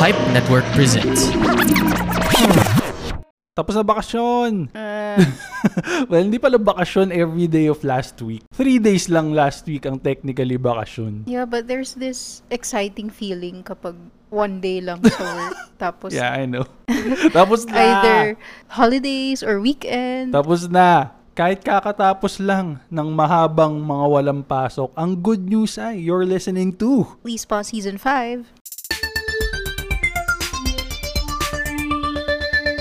Pipe Network presents. Tapos na bakasyon. Ah, Mm. well, hindi pala bakasyon every day of last week. Three days lang last week ang technically bakasyon. yeah, but there's this exciting feeling kapag one day lang sa work. Tapos Yeah, Ah. I know. Tapos na. either holidays or weekend. Tapos na. Kahit kakatapos lang ng mahabang mga walang pasok, ang good news ay you're listening to We Spa Season 5.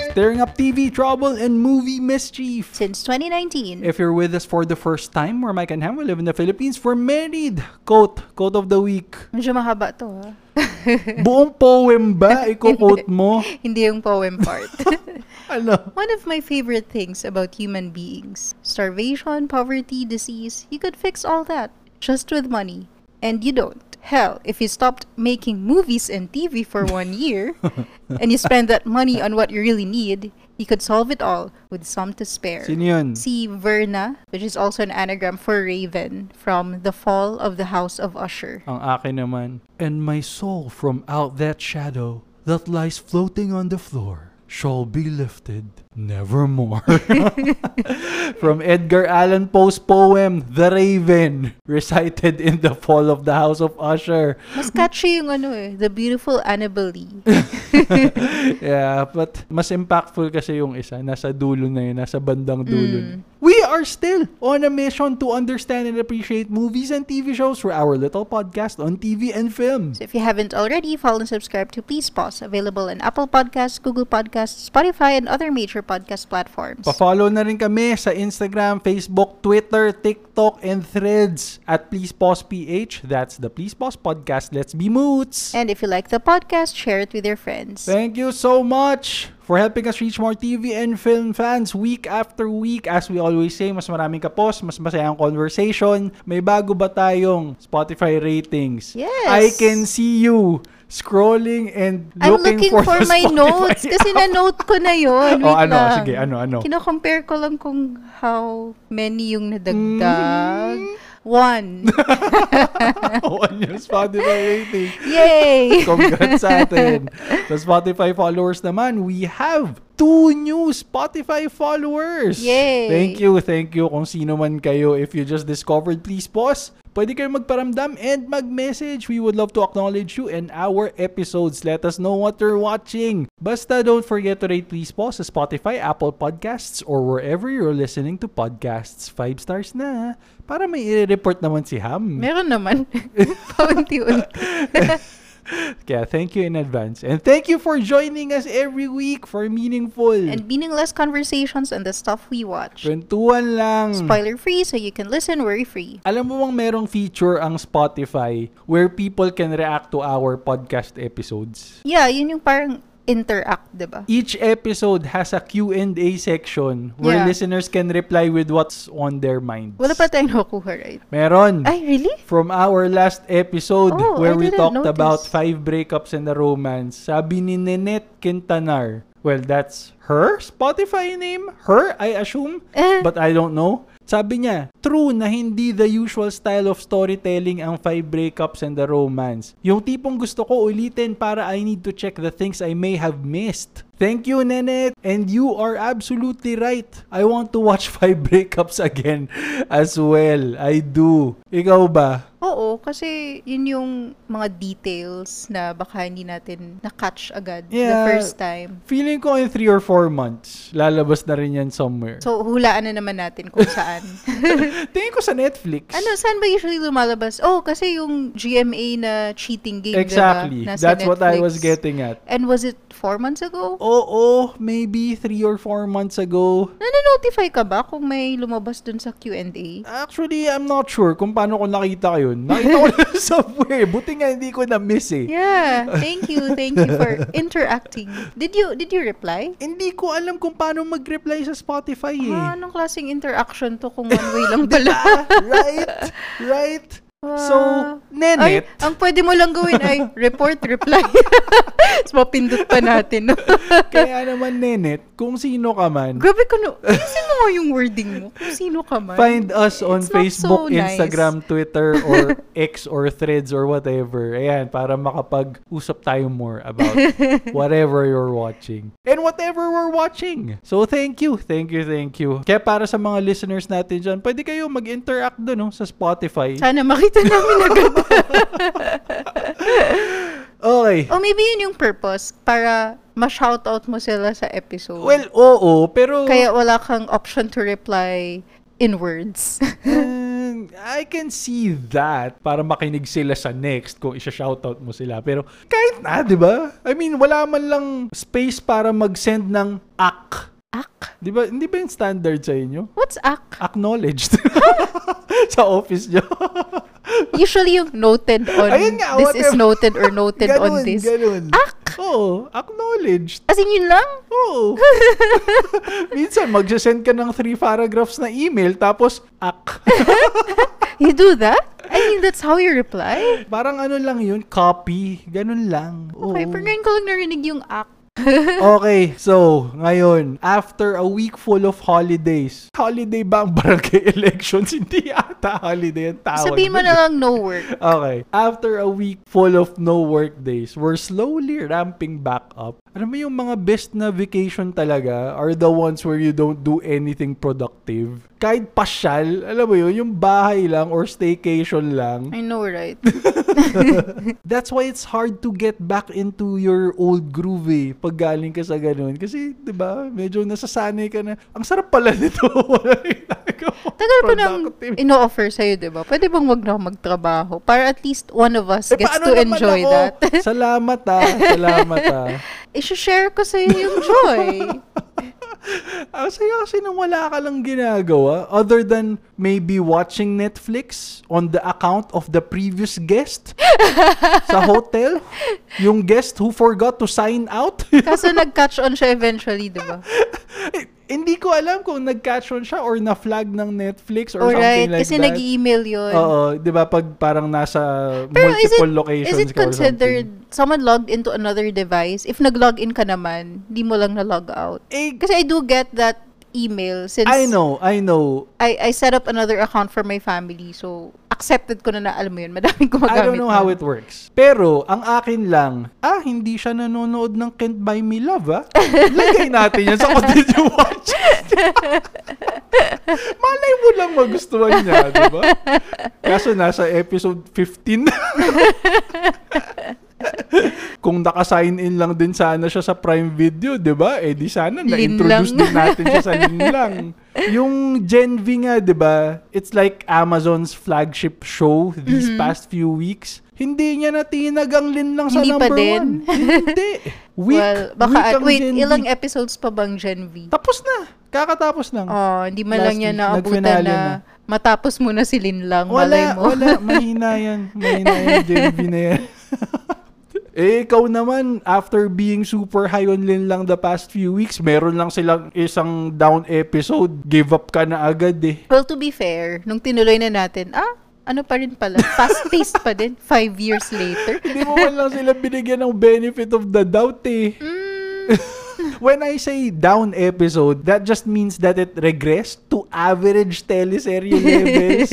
Stirring Up TV Trouble and Movie Mischief. Since 2019, If you're with us for the first time, we're Mike and Ham. We live in the Philippines. We're married. Quote. Quote of the week. medyo mahaba to ha. Buong poem ba? Iko-quote mo? Hindi yung poem part. Ano? One of my favorite things about human beings starvation, poverty, disease, you could fix all that just with money. And you don't. Hell, if you stopped making movies and TV for one year and you spend that money on what you really need, you could solve it all with some to spare. Sino yun? See Verna, which is also an anagram for Raven from The Fall of the House of Usher. Ang akin naman. And my soul from out that shadow that lies floating on the floor shall be lifted nevermore. From Edgar Allan Poe's poem, The Raven, recited in The Fall of the House of Usher. Mas catchy yung ano eh, The Beautiful Annabelle Lee. yeah, but mas impactful kasi yung isa. Nasa dulo na yun, nasa bandang dulo. na. We are still on a mission to understand and appreciate movies and TV shows for our little podcast on TV and film. So if you haven't already, follow and subscribe to Please Pause, available on Apple Podcasts, Google Podcasts, Spotify, and other major podcast platforms. Pa-follow na rin kami sa Instagram, Facebook, Twitter, TikTok, and Threads at Please Pause PH. That's the Please Pause Podcast. Let's be moots! And if you like the podcast, share it with your friends. Thank you so much for helping us reach more TV and film fans week after week. As we always say, mas maraming kapos, mas masayang conversation. May bago ba tayong Spotify ratings? Yes. I can see you scrolling and looking, I'm looking for, the my Spotify notes kasi na-note ko na yun. Oh, Wait ano? lang. Sige, ano, ano? Kino-compare ko lang kung how many yung nadagdag. Hmm. One. on your Spotify rating. Yay! Congrats sa atin. Sa Spotify followers naman, we have two new Spotify followers. Yay! Thank you, thank you kung sino man kayo. If you just discovered, please pause. Pwede kayo magparamdam and mag-message. We would love to acknowledge you in our episodes. Let us know what you're watching. Basta don't forget to rate Please Pause sa Spotify, Apple Podcasts, or wherever you're listening to podcasts. Five stars na. Para may i-report naman si Ham. Meron naman. Paunti-unti. Kaya thank you in advance. And thank you for joining us every week for meaningful. And meaningless conversations on the stuff we watch. Kwentuhan lang. Spoiler-free so you can listen worry-free. Alam mo bang merong feature ang Spotify where people can react to our podcast episodes? Yeah, yun yung parang interact, di ba? Each episode has a Q&A section where Yeah. listeners can reply with what's on their minds. Wala pa tayong nakukuha, right? Meron. Ay, really? From our last episode Oh, where I we didn't talked notice. about five breakups and a romance, sabi ni Ninette Quintanar, well, that's her Spotify name, her, I assume, Eh. but I don't know. Sabi niya, true na hindi the usual style of storytelling ang five breakups and a romance. Yung tipong gusto ko ulitin para I need to check the things I may have missed. Thank you, Nenet! And you are absolutely right. I want to watch five breakups again as well. I do. Ikaw ba? Oo, kasi yun yung mga details na baka hindi natin na-catch agad the Yeah. first time. Feeling ko in 3 or 4 months, lalabas na rin yan somewhere. So, hulaan na naman natin kung saan. Tingin ko sa Netflix. ano, saan ba usually lumalabas? Oh, kasi yung GMA na cheating game, di ba? Exactly. diba? Nasa That's what I was Oh. Netflix. getting at. And was it four months ago? Oo, maybe 3 or 4 months ago. Nananotify ka ba kung may lumabas dun sa Q&A? Actually, I'm not sure kung paano ko nakita yun. Nakita ko lang somewhere. Buti nga hindi ko na-miss eh. Yeah, thank you, thank you for interacting. Did you did you reply? Hindi ko alam kung paano mag-reply sa Spotify eh. Ah, anong klaseng interaction to kung one way lang pala? Ah, right? Right? So, Ah. Ay, Nenet. ang pwede mo lang gawin ay report, reply. Tapos mapindot pa natin. no? Kaya naman, Nenet, Kung sino ka man, Grabe ka no. Kasi mo nga yung wording mo. Kung sino ka man. find us on It's not Facebook, so nice. Instagram, Twitter, or X or Threads or whatever. Ayan, para makapag-usap tayo more about whatever you're watching. And whatever we're watching. So thank you, thank you, thank you. Kaya para sa mga listeners natin dyan, pwede kayo mag-interact doon no, sa Spotify. Sana makita namin agad. Okay. o maybe yun yung purpose para ma-shoutout mo sila sa episode. Well, oo, pero... Kaya wala kang option to reply in words. And Hmm, I can see that para makinig sila sa next kung isa-shoutout mo sila. Pero kahit na, di ba? I mean, wala man lang space para mag-send ng ak. Ak? Di ba? Hindi ba yung standard sa inyo? What's ak? Acknowledged. sa office nyo. Usually yung noted on Ayun nga, this what is if- noted or noted ganun, on this. ganun. Ak? Oo, acknowledged. As in yun lang? Oo. Minsan, magsasend ka ng three paragraphs na email, tapos ak. You do that? I mean, that's how you reply? Parang ano lang yun, copy. Ganun lang. Oo. Okay, for ngayon ko lang narinig yung ak. Okay, so ngayon, after a week full of holidays, holiday ba ang barangay elections? Hindi ata holiday ang tawag. Sabihin mo dun na eh. lang no work. Okay, after a week full of no work days, we're slowly ramping back up. Alam mo yung mga best na vacation talaga are the ones where you don't do anything productive. Kahit pasyal, alam mo yun, yung bahay lang or staycation lang. I know, right? That's why it's hard to get back into your old groove eh, pag galing ka sa ganun. Kasi, di ba, medyo nasasanay ka na, ang sarap pala nito. Wala ginagawa. Tagal ko nang Productive. Eh, ino-offer sa'yo, di ba? Pwede bang wag na ako magtrabaho? Para at least one of us Eh, gets paano to naman enjoy ako? that. Salamat ah, salamat ah. I-share ko sa'yo yung joy. Ang saya kasi nung wala ka lang ginagawa other than maybe watching Netflix on the account of the previous guest sa hotel. Yung guest who forgot to sign out. Kaso nag-catch on siya eventually, di ba? Eh, hindi ko alam kung nag-catch on siya or na-flag ng Netflix or Alright, something like kasi that. nag-email yun. Oo, di ba pag parang nasa Pero is it, multiple locations is it ka or something. considered someone logged into another device? If nag-log in ka naman, di mo lang na-log out. Eh, Kasi I do get that email since I know, I know. I, I set up another account for my family. So, accepted ko na na, alam mo yun, madaming gumagamit. I don't know how nun. it works. Pero, ang akin lang, ah, hindi siya nanonood ng Can't Buy Me Love, ah. Lagay natin yan sa What Did You Watch? Malay mo lang magustuhan niya, di ba? Kaso nasa episode 15 na. Kung naka-sign in lang din sana siya sa Prime Video, di ba? Eh di sana Lin na-introduce lang. din natin siya sa Lin lang. Yung Gen V nga, di ba? It's like Amazon's flagship show these Mm-hmm. past few weeks. Hindi niya natinag ang Lin lang sa Hindi pa number din. one. Hindi. Week. well, baka, week ang wait, Gen V. ilang e- episodes pa bang Gen V? Tapos na. Kakatapos lang. Oh, hindi man Last lang niya week, naabutan nagfinale na, na. matapos mo na si Lin lang, Wala, malay mo. wala. Mahina yan. Mahina yan, JB na yan. eh, ikaw naman, after being super high on Lin lang the past few weeks, meron lang silang isang down episode. Give up ka na agad eh. Well, to be fair, nung tinuloy na natin, ah, ano pa rin pala, fast-paced pa din, five years later. Hindi mo man lang sila binigyan ng benefit of the doubt eh. Mm. When I say down episode, that just means that it regressed to average teleserye levels.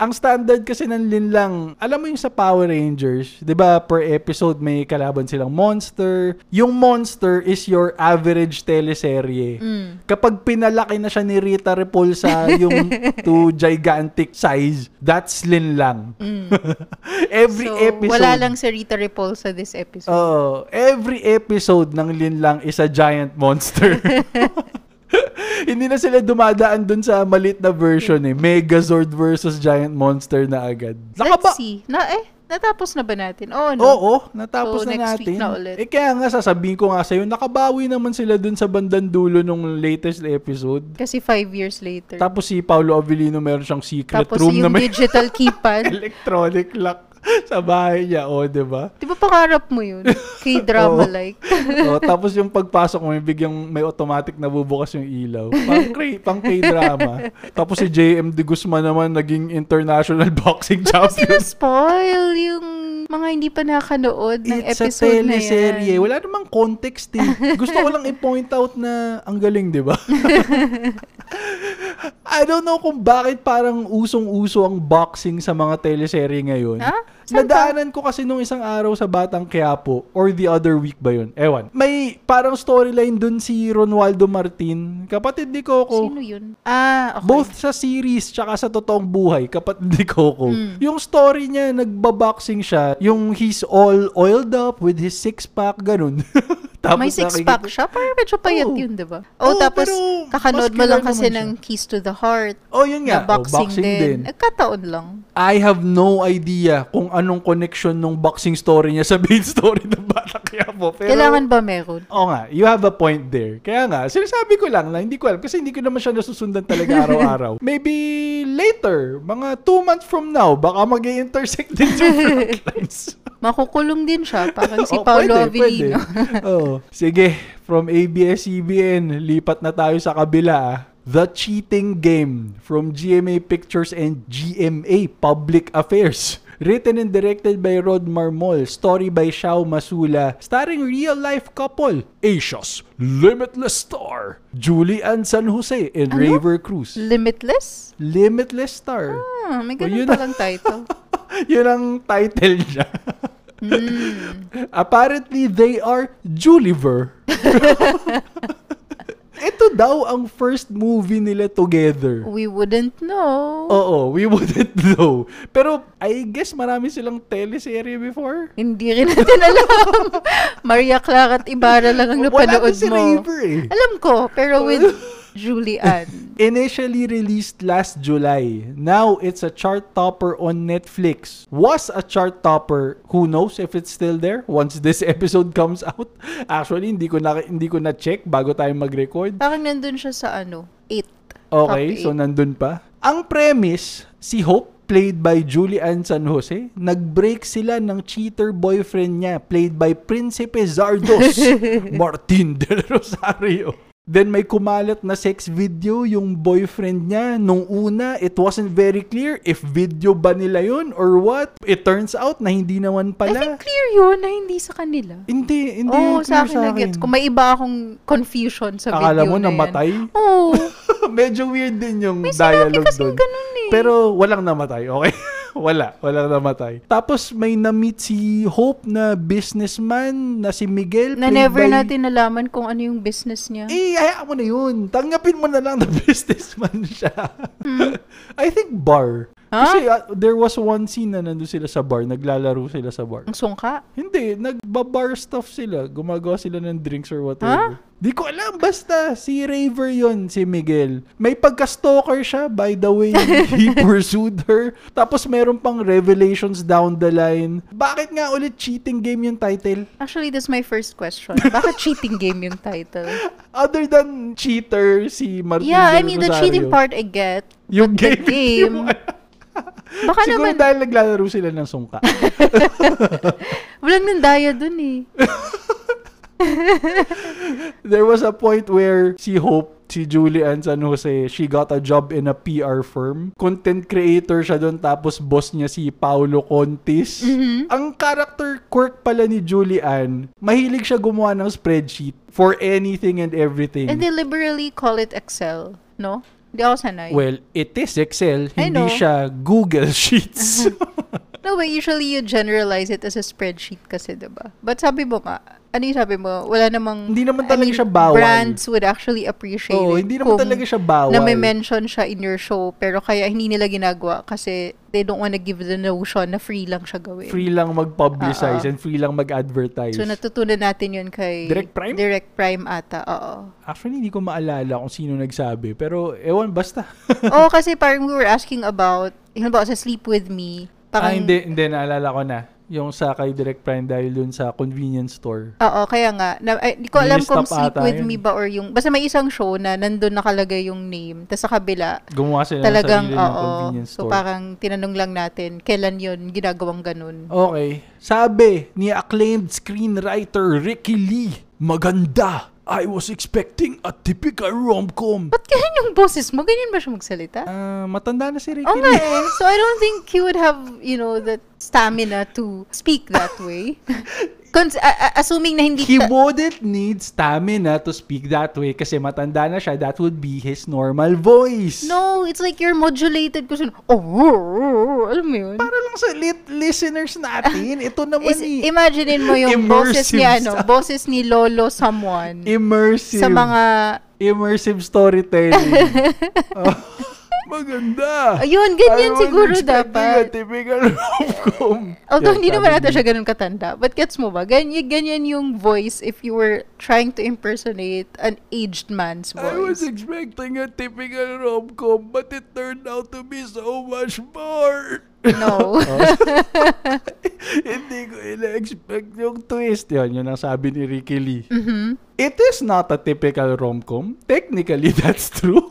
Ang standard kasi ng Lin lang, alam mo yung sa Power Rangers, 'di ba, per episode may kalaban silang monster. Yung monster is your average teleserye. Mm. Kapag pinalaki na siya ni Rita Repulsa yung to gigantic size, that's Lin lang. Every Mm. so, episode. wala lang si Rita Repulsa this episode. Oo. Oh, every episode ng Lin lang is a giant monster. Hindi na sila dumadaan dun sa malit na version eh. Megazord versus Giant Monster na agad. Let's Nakaba- see. Na, eh, natapos na ba natin? Oo, no? Oh, Oo, natapos So, na next natin. week na ulit. Eh kaya nga sasabihin ko nga sa'yo, nakabawi naman sila dun sa bandang dulo nung latest episode. Kasi five years later. Tapos si Paolo Avellino meron siyang secret Tapos room na yung may digital keypad. electronic lock sa bahay niya. O, di ba? Di ba pangarap mo yun? K-drama-like. oh, tapos yung pagpasok mo, may bigyang may automatic na bubukas yung ilaw. Pang, kray, pang K-drama. tapos si JM De Guzman naman naging international boxing Kasi champion. na-spoil yung Mga hindi pa nakanood ng It's a episode na teleserye. yan. Wala namang context eh. Gusto ko lang i-point out na ang galing, di ba? I don't know kung bakit parang usong-uso ang boxing sa mga teleserye ngayon. Ha? Saan pa? Nadaanan ko kasi nung isang araw sa Batang Quiapo or the other week ba yun? Ewan. May parang storyline dun si Ronaldo Martin. Kapatid ni Coco. Sino yun? Ah, okay. Both sa series tsaka sa totoong buhay, kapatid ni Coco. Mm. Yung story niya, nagbaboxing siya. Yung he's all oiled up with his six-pack, ganun. Tapos May six-pack nakikita- siya. Parang medyo payat Oo. yun, di ba? Oh, Oo, tapos pero kakanood mo lang muscular kasi naman siya. ng Keys to the Heart. Oh, yun Na nga. Oh, boxing, din. Nagkataon lang. I have no idea kung anong connection ng boxing story niya sa main story ng Bata Quiapo. Pero, Kailangan ba meron? Oo nga, you have a point there. Kaya nga, sinasabi ko lang na hindi ko alam kasi hindi ko naman siya nasusundan talaga araw-araw. Maybe later, mga two months from now, baka mag intersect din yung plot Makukulong din siya. Parang Ano si Oo, Paolo Oh, pwede, Avellino. pwede. Oo. Sige, from ABS-CBN, E lipat na tayo sa kabila. ah. The Cheating Game from GMA Pictures and GMA Public Affairs. Written and directed by Rod Marmol. Story by Shao Masula. Starring real-life couple, Asia's Limitless Star, Julie Ann San Jose and Ano? Raver Cruz. Limitless? Limitless Star. Ah, may Oh, yun ganun na. palang title. Yun ang title niya. Mm. Apparently, they are Juliver. Ito daw ang first movie nila together. We wouldn't know. Oo, we wouldn't know. Pero I guess marami silang teleserye before. Hindi rin natin alam. Maria Clara at Ibarra lang ang Wala napanood din si mo. Raver eh. Alam ko, pero with Julian. Initially released last July. Now it's a chart topper on Netflix. Was a chart topper. Who knows if it's still there once this episode comes out. Actually, hindi ko na hindi ko na check bago tayo mag-record. Parang nandun siya sa ano, 8. Okay, Top so eight. nandun pa. Ang premise, si Hope, played by Julian San Jose, nag-break sila ng cheater boyfriend niya, played by Principe Zardos, Martin Del Rosario. Then may kumalat na sex video yung boyfriend niya. Nung una, it wasn't very clear if video ba nila yun or what. It turns out na hindi naman I pala. think clear yun na hindi sa kanila. Hindi, hindi. yun Oo, Oh, sa clear akin na gets. Kung may iba akong confusion sa Akala mo video na yan. namatay? Oo. Medyo weird din yung May sinabi dialogue doon. kasing ganun eh. Pero walang namatay, okay? Wala, walang namatay. Tapos may na-meet si Hope na businessman na si Miguel. na played never by- natin nalaman kung ano yung business niya. Eh, hayaan mo na yun. Tanggapin mo na lang na businessman siya. Hmm. I think bar. Kasi Ah. uh, there was one scene na nandun sila sa bar, naglalaro sila sa bar. Ang sungka. Hindi, nagbabar stuff sila. Gumagawa sila ng drinks or whatever. Di ko alam, basta si Raver yon si Miguel. May pagka-stalker siya, by the way. He pursued her. Tapos meron pang revelations down the line. Bakit nga ulit cheating game yung title? Actually, that's my first question. Bakit cheating game yung title? Other than cheater, si Martin yeah, I Del mean, the Rosario. cheating part I get. Yung the game. hindi game. mo alam. Baka Siguro naman, dahil naglalaro sila ng sungka. walang nandaya dun eh. Mm. There was a point where si Hope, si Julie Ann San Jose, she got a job in a PR firm. Content creator siya doon tapos boss niya si Paolo Contis. Mm-hmm. Ang character quirk pala ni Julie Ann, mahilig siya gumawa ng spreadsheet for anything and everything. And they liberally call it Excel, no? Hindi ako sanay. well, it is Excel, I hindi know. Mm-hmm. siya Google Sheets. No, but usually you generalize it as a spreadsheet kasi, di ba? But sabi mo nga, ano yung sabi mo? Wala namang... Hindi naman talaga siya bawal. Brands would actually appreciate Oo, it. hindi naman kung talaga siya bawal. Na may mention siya in your show, pero kaya hindi nila ginagawa kasi they don't wanna give the notion na free lang siya gawin. free lang mag-publicize Oo. and free lang mag-advertise. So natutunan natin yun kay... Direct Prime? Direct Prime ata, oo. Actually, hindi ko maalala kung sino nagsabi. Pero, ewan, basta. Oo, kasi parang we were asking about, yung ba sa Sleep With Me, Ah, parang... hindi, hindi, naalala ko na. Yung sa kay Direct Prime dahil dun sa convenience store. Oo, kaya nga. Na, ay, di ko alam Ni-stop kung Sleep ata yun. With Me ba or yung... Basta may isang show na nandun nakalagay yung name. Tapos sa kabila, Gumawa sila ng talagang, sarili ng oo. convenience So store. parang tinanong lang natin, kailan yun Oh. ginagawang ganun? Okay. Sabi ni acclaimed screenwriter Ricky Lee, maganda I was expecting a typical rom-com. Ba't ganyan yung boses mo? Ganyan ba siya magsalita? Ah, matanda na si Ricky Oo nga Lee. eh. So I don't think he would have, you know, the stamina to speak that way. Cons- a- a- assuming na hindi He ta- wouldn't need stamina to speak that way kasi matanda na siya. That would be his normal voice. No, it's like you're modulated kasi, oh, oh, oh, alam mo yun? Para lang sa lit- listeners natin, ito naman Is, ni imaginein mo yung boses Immersive ni ano, sound. boses ni Lolo someone immersive. sa mga immersive storytelling. Oh, maganda. ayun, I ganyan was siguro expecting A dapat. typical rom-com. Although Yan, hindi sabi naman ata ni- siya ganun katanda. But gets mo ba? Ganyan, ganyan yung voice if you were trying to impersonate an aged man's voice. I was expecting a typical rom-com, but it turned out to be so much more. Oh. No. Hindi ko ina-expect yung twist. Yun, yun ang sabi ni Ricky Lee. Mm-hmm. It is not a typical rom-com. Technically, that's true.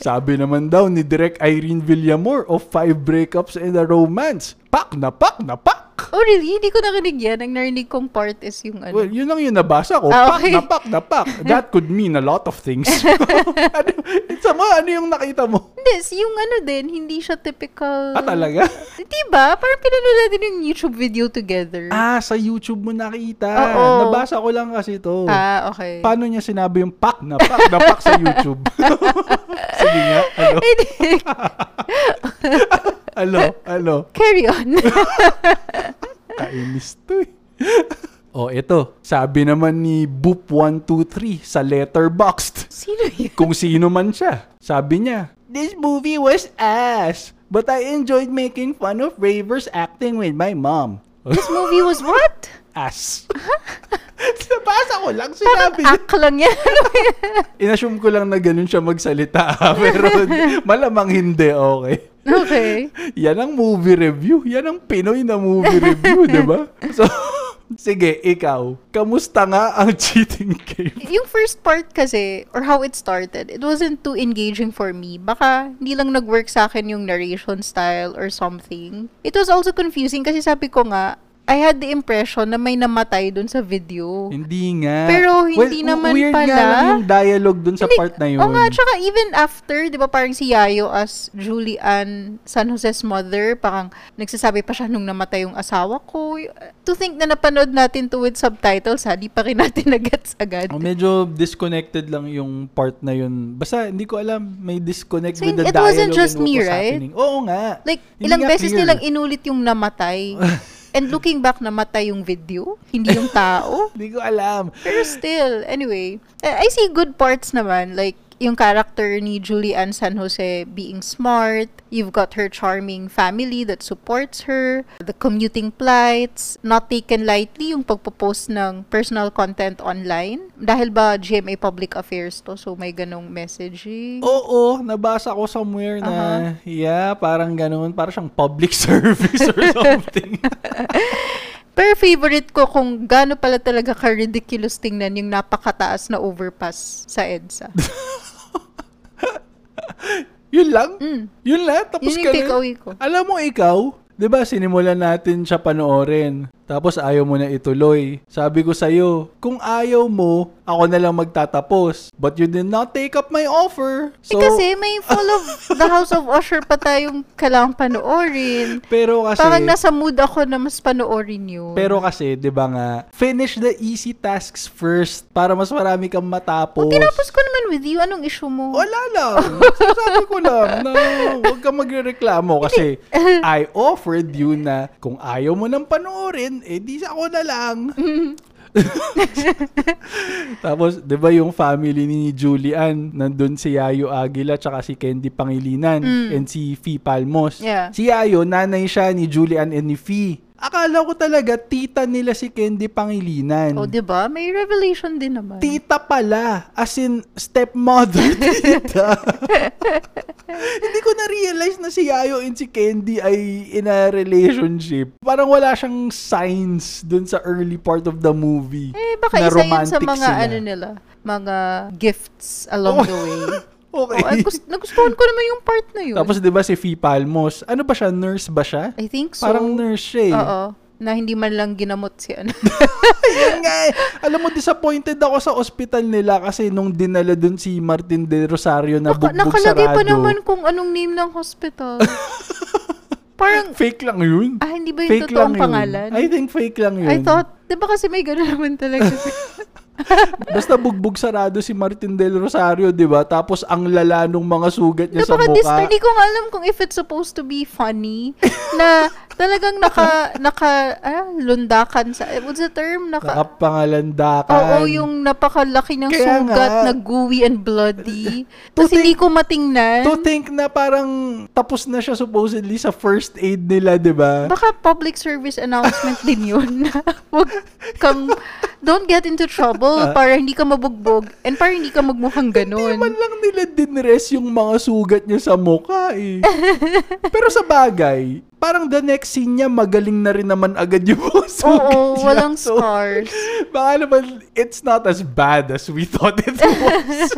sabi naman daw ni Direk Irene Villamor of Five Breakups and a Romance. Pak na pak na pak! oh, really? Hindi ko nakinig yan. Ang narinig kong part is yung ano. Well, yun lang yung nabasa ko. Ah, Pak okay. na pak na pak. That could mean a lot of things. ano, sa mga ano yung nakita mo? hindi, si- yung ano din, hindi siya typical. Ah, talaga? Diba? Parang pinanood natin yung YouTube video together. Ah, sa YouTube mo nakita. Oo. Nabasa ko lang kasi to. Ah, okay. Paano niya sinabi yung pak na pak na pak sa YouTube? Sige nga, ano? Hindi. Ano? Ano? Carry on. Kainis to eh. oh, ito. Sabi naman ni Boop123 sa Letterboxd. Sino yun? Kung sino man siya. Sabi niya, This movie was ass, but I enjoyed making fun of Ravers acting with my mom. This movie was what? ass. Nabasa ko lang Parang sinabi niya. act lang yan. Ano ba yan? Inassume ko lang na ganun siya magsalita. ah. Pero malamang hindi, okay. okay. Yan ang movie review. Yan ang Pinoy na movie review, di ba? So, sige, ikaw. Kamusta nga ang cheating game? Yung first part kasi, or how it started, it wasn't too engaging for me. Baka hindi lang nag-work sa akin yung narration style or something. It was also confusing kasi sabi ko nga, I had the impression na may namatay dun sa video. Hindi nga. Pero hindi naman weird pala. nga lang yung dialogue dun sa Hindi- part na yun. Oo nga, tsaka even after, di ba parang si Yayo as Julian San Jose's mother, parang nagsasabi pa siya nung namatay yung asawa ko. To think na napanood natin to with subtitles ha, di pa rin natin nagets agad. Oh, medyo disconnected lang yung part na yun. Basta hindi ko alam, may disconnect So, with the it dialogue wasn't just and what me, was right? happening. Oo nga. Like, Hindi ilang nga beses clear. nilang inulit yung namatay. And looking back, namatay yung video, hindi yung tao. Hindi ko alam. Pero still, anyway, Eh, I I see good parts naman. Like, yung character ni Julianne San Jose being smart. You've got her charming family that supports her. The commuting plights. Not taken lightly yung pagpo-post ng personal content online. Dahil ba GMA Public Affairs to, so may ganong messaging. Oo, nabasa ko somewhere na, Uh-huh. yeah, parang ganun. Parang siyang public service or something. Pero favorite ko kung gaano pala talaga ka-ridiculous tingnan yung napakataas na overpass sa EDSA. Yun lang? Mm. Yun lang? Tapos Yun ka na? yung takeaway ko. Alam mo ikaw, 'di ba sinimulan natin siya panoorin. Tapos ayaw mo na ituloy. Sabi ko sa'yo, kung ayaw mo, ako na lang magtatapos. But you did not take up my offer. Eh, So, kasi may Fall of the House of Usher pa tayong kailangan panoorin. pero kasi, Parang nasa mood ako na mas panoorin yun. pero kasi, di ba nga, finish the easy tasks first para mas marami kang matapos. Tinapos ko naman with you. Anong issue Oh, mo? Wala lang. Sabi ko lang na huwag ka magrereklamo kasi I offered you na kung ayaw mo nang panoorin, eh di ako na lang. Tapos, di ba yung family ni Julian, nandun si Yayo Aguila tsaka si Candy Pangilinan and si Fee Palmos. Yeah. Si Yayo, nanay siya ni Julian and ni Fee. Akala ko talaga tita nila si Candy Pangilinan. O, di ba? May revelation din naman. Tita pala. As in, stepmother tita. Hindi ko na-realize na si Yayo and si Candy ay in a relationship. Parang wala siyang signs dun sa early part of the movie. eh, baka na isa yun sa romantic mga sila. ano nila. Mga gifts along Oh. the way. Okay. O, ay, gust- nagustuhan ko naman yung part na yun. Tapos 'di ba si Fee Palmos, ano ba siya, nurse ba siya? I think so. Parang nurse siya. eh. Oo. Na hindi man lang ginamot si ano. Yun nga eh. eh. Alam mo, disappointed ako sa ospital nila kasi nung dinala dun si Martin Del Rosario na Naka- bugbog nakalagay sarado. pa naman kung anong name ng hospital. Parang, Fake lang yun. ah, hindi ba yung Fake lang totoong yun. pangalan? I think fake lang yun. I thought, di ba kasi may gano'n naman talaga. Basta bugbog sarado si Martin Del Rosario, di ba? Tapos ang lala nung mga sugat niya sa Napaka-dis- mukha. hindi ko nga alam kung if it's supposed to be funny na talagang naka, naka, ah, lundakan sa, eh, what's the term? Naka, Nakapangalandakan. oo, yung napakalaki ng Kaya sugat nga. na gooey and bloody. To Tapos hindi ko matingnan. To think na parang tapos na siya supposedly sa first aid nila, di ba? Baka public service announcement din yun na wag kang, don't get into trouble para hindi ka mabugbog and para hindi ka magmukhang Ah. Hindi man ganun. lang nila dinres yung mga sugat niya sa mukha eh. Pero sa bagay, parang the next scene niya, magaling na rin naman agad yung mga sugat Oo, niya. walang So, scars. Baka naman, it's not as bad as we thought it was.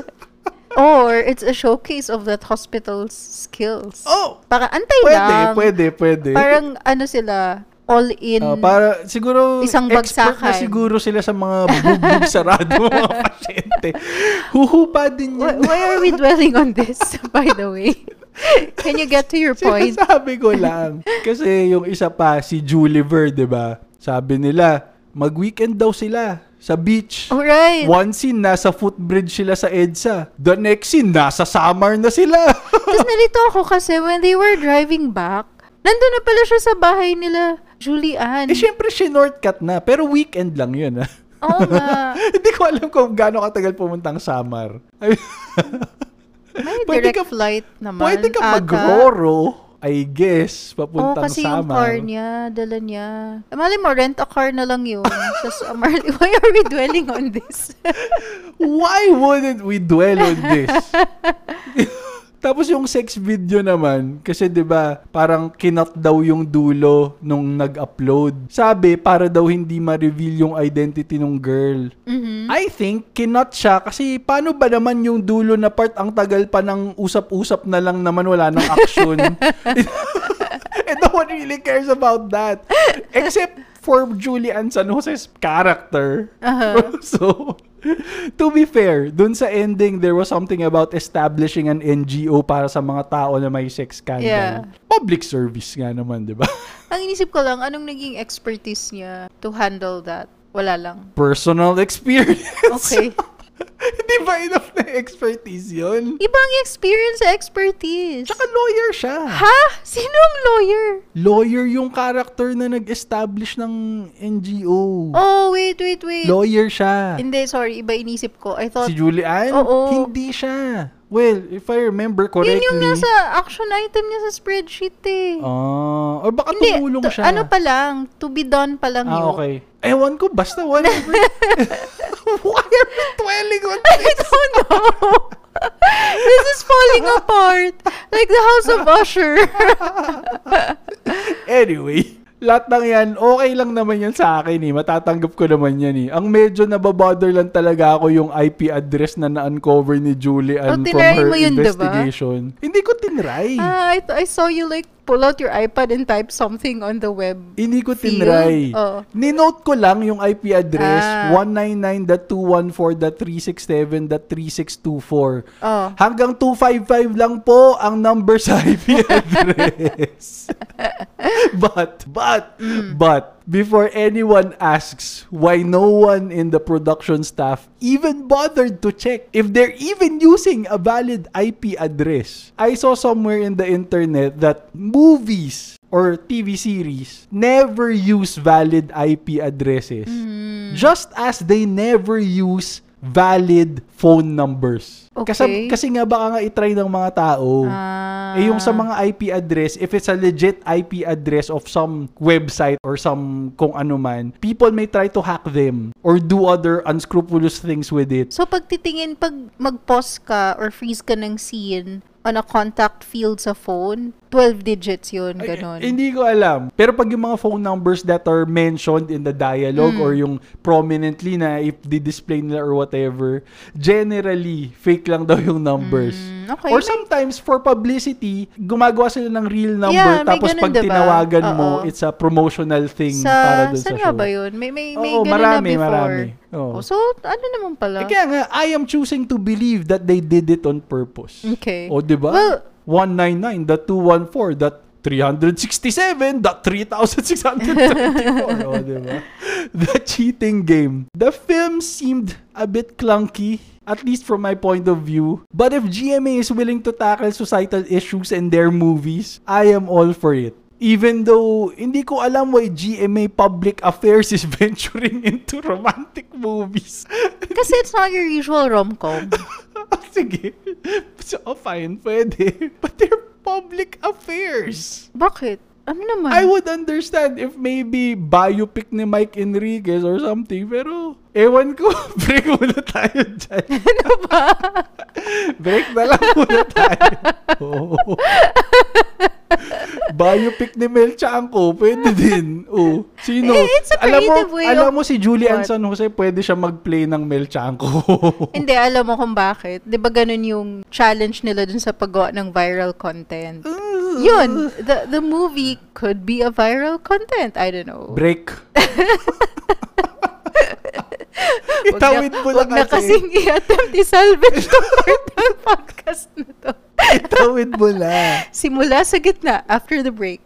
Or it's a showcase of that hospital's skills. oh! Para antay Pwede, lang. pwede, pwede. Parang ano sila, all in. Ah, para siguro Isang expert na bagsakan. siguro sila sa mga bugbog sarado mga pasyente. Huhupa din Why, yun. why are we dwelling on this, by the way? Can you get to your point? Sinasabi ko lang. Kasi yung isa pa, si Juliver, di ba? Sabi nila, mag-weekend daw sila sa beach. Alright. One scene, nasa footbridge sila sa EDSA. The next scene, nasa summer na sila. Tapos nalito ako kasi when they were driving back, nandun na pala siya sa bahay nila, Julian. eh, syempre, shortcut na. Pero weekend lang yun, ah. Oo nga. Hindi ko alam kung gaano katagal pumuntang summer. May Pwede direct ka- flight naman. Pwede ka ata. mag-roro, I guess, Oo, papuntang kasi yung summer. car niya, dala niya. Eh, Mali mo, rent a car na lang yun. sa summer. Why are we dwelling on this? Why wouldn't we dwell on this? Tapos yung sex video naman, kasi 'di ba, parang kinot daw yung dulo nung nag-upload. Sabi para daw hindi ma-reveal yung identity ng girl. Mhm. I think kinot siya kasi paano ba naman yung dulo na part ang tagal pa ng usap-usap na lang naman wala ng action. And no one really cares about that. Except for Julian San Jose's character. Uh-huh. so, to be fair, dun sa ending, there was something about establishing an NGO para sa mga tao na may sex scandal. Yeah. Public service nga naman, di ba? Ang inisip ko lang, anong naging expertise niya to handle that? Wala lang. Personal experience. Okay. Hindi ba enough na expertise yun? Ibang experience sa expertise. Tsaka lawyer siya. ha? Sino ang lawyer? Lawyer yung character na nag-establish ng NGO. Oh, wait, wait, wait. Lawyer siya. Hindi, sorry. Iba inisip ko. I thought, Si Julian? Oo. Hindi siya. Well, if I remember correctly. yun yung nasa action item niya sa spreadsheet eh. Ah, or baka Hindi, tumulong to- siya. ano pa lang, to be done pa lang Ah, yun. okay. Ewan ko, basta whatever. Why are we dwelling on this? I don't know. This is falling apart. Like the House of Usher. Anyway, lahat ng yan, okay lang naman yan sa akin eh. Matatanggap ko naman yan eh. Ang medyo nababother lang talaga ako yung IP address na na-uncover ni Julian Oh, from tinry her mo yun, diba? investigation. Hindi ko tinry. Ah, I, th- I saw you like pull out your iPad and type something on the web. Hindi ko Field? tinry. Oo. Ninote ko lang yung IP address, Oh. Ah. 199.214.367.3624. Oh. Hanggang 255 lang po ang number sa IP address. but, but, but, before anyone asks why no one in the production staff even bothered to check if they're even using a valid IP address, I saw somewhere in the internet that movies or TV series never use valid IP addresses. Just as they never use valid phone numbers. Kasi, Okay. kasi nga baka nga itry ng mga tao. Ah. Eh, yung sa mga IP address, if it's a legit IP address of some website or some kung ano man, people may try to hack them or do other unscrupulous things with it. So pag titingin, pag mag-pause ka or freeze ka ng scene on a contact field sa phone, 12 digits yun, Ay, ganon. eh, hindi ko alam. Pero pag yung mga phone numbers that are mentioned in the dialogue or yung prominently na if they display nila or whatever, generally, fake lang daw yung numbers. Mm, okay, Or may- sometimes, for publicity, gumagawa sila ng real number Yeah, may tapos ganun, pag diba? tinawagan mo, Oo. it's a promotional thing sa, para dun sa saan show. nga ba yun? May, may, may Oo, ganun marami, na before. marami. Oo. Oh, so, ano naman Eh, pala? kaya nga, I am choosing to believe that they did it on purpose. Okay. O, di ba? Well- 199, that 214, that 367, that 3,634. o, di ba? The cheating game. The film seemed a bit clunky, at least from my point of view. But if GMA is willing to tackle societal issues in their movies, I am all for it. Even though, hindi ko alam why GMA Public Affairs is venturing into romantic movies. Kasi it's not your usual rom-com. Sige. So, oh, fine, pwede. But they're public affairs. Bakit? Ano naman? I would understand if maybe biopic ni Mike Enriquez or something, pero ewan ko. Break muna tayo dyan. Ano ba? Break na lang muna tayo. Oo. biopic ni Mel Chanco, pwede din. Oh, sino? Eh, it's a alam mo, creative way alam of- mo si Julian What? San Jose, pwede siya mag-play ng Mel Chanco. Hindi, alam mo kung bakit. Di ba ganun yung challenge nila dun sa paggawa ng viral content? Yun, the, the movie could be a viral content. I don't know. Break. Wag na- Itawid mo na wag na kasi. kasing i-attempt i-salvage the part ng podcast na to. Itawid mo na. Simula sa gitna, after the break.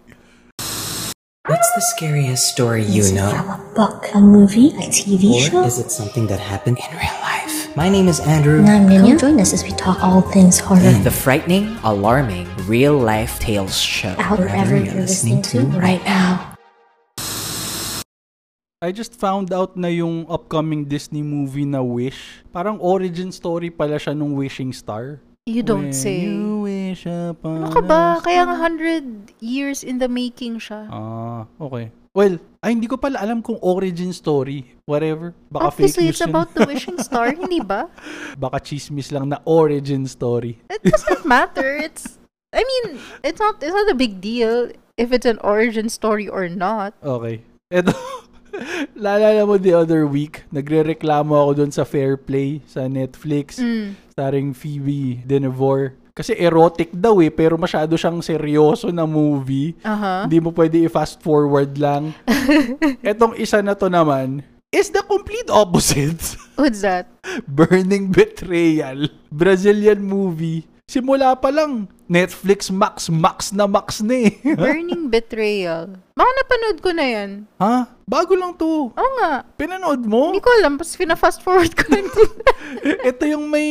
What's the scariest story you know? a book, a movie, a TV Or show. is it something that happened in real life? My name is Andrew. And I'm Ninia. Come join us as we talk all things horror. And the frightening, alarming, real life tales show. Out wherever you're listening to right now. I just found out na yung upcoming Disney movie na Wish, parang origin story pala siya nung Wishing Star. You don't When say. You wish upon Ano ka a- ba? Kaya nga 100 years in the making siya. Ah, okay. Well, ay hindi ko pala alam kung origin story. Whatever. Baka Obviously, fake news it's yun. about the wishing star, hindi ba? Baka chismis lang na origin story. It doesn't matter. It's, I mean, it's not, it's not a big deal if it's an origin story or not. Okay. Eto, naalala mo the other week, nagre-reklamo ako dun sa Fairplay sa Netflix, Mm. starring Phoebe Denevor. Kasi erotic daw eh, pero masyado siyang seryoso na movie. Aha. Hindi mo pwede i-fast forward lang. Etong isa na to naman, is the complete opposite. What's that? Burning Betrayal. Brazilian movie. Simula pa lang, Netflix max, max na max na eh. Burning Betrayal. Baka napanood ko na yan. ha? Bago lang to. Oo nga. Pinanood mo? Hindi ko alam. Pas fina-fast forward ko lang din. Ito yung may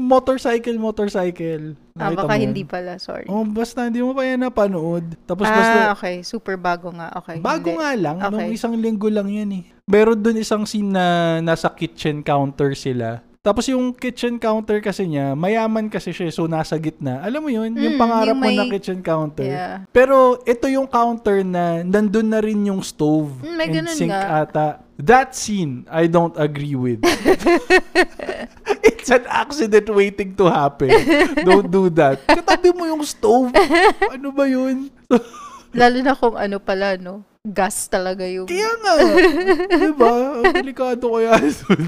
motorcycle, motorcycle. ah, Nakita baka mo yun? hindi pala. Sorry. Oh, basta hindi mo pa yan napanood. Tapos basta, ah, okay. Super bago nga. Okay. bago hindi. nga lang, Okay. nung isang linggo lang yan eh. Meron dun isang scene na nasa kitchen counter sila. Tapos yung kitchen counter kasi niya, mayaman kasi siya, eh, so nasa gitna. Alam mo yun, yung Mm, pangarap yung mo na may- kitchen counter. Yeah. Pero ito yung counter na nandun na rin yung stove Mm, may and ganun sink nga. ata. That scene, I don't agree with. It's an accident waiting to happen. Don't do that. Katabi mo yung stove. Ano ba yun? Lalo na kung ano pala, no? Gas talaga yung... Kaya nga. diba? Ang delikado kaya. nun.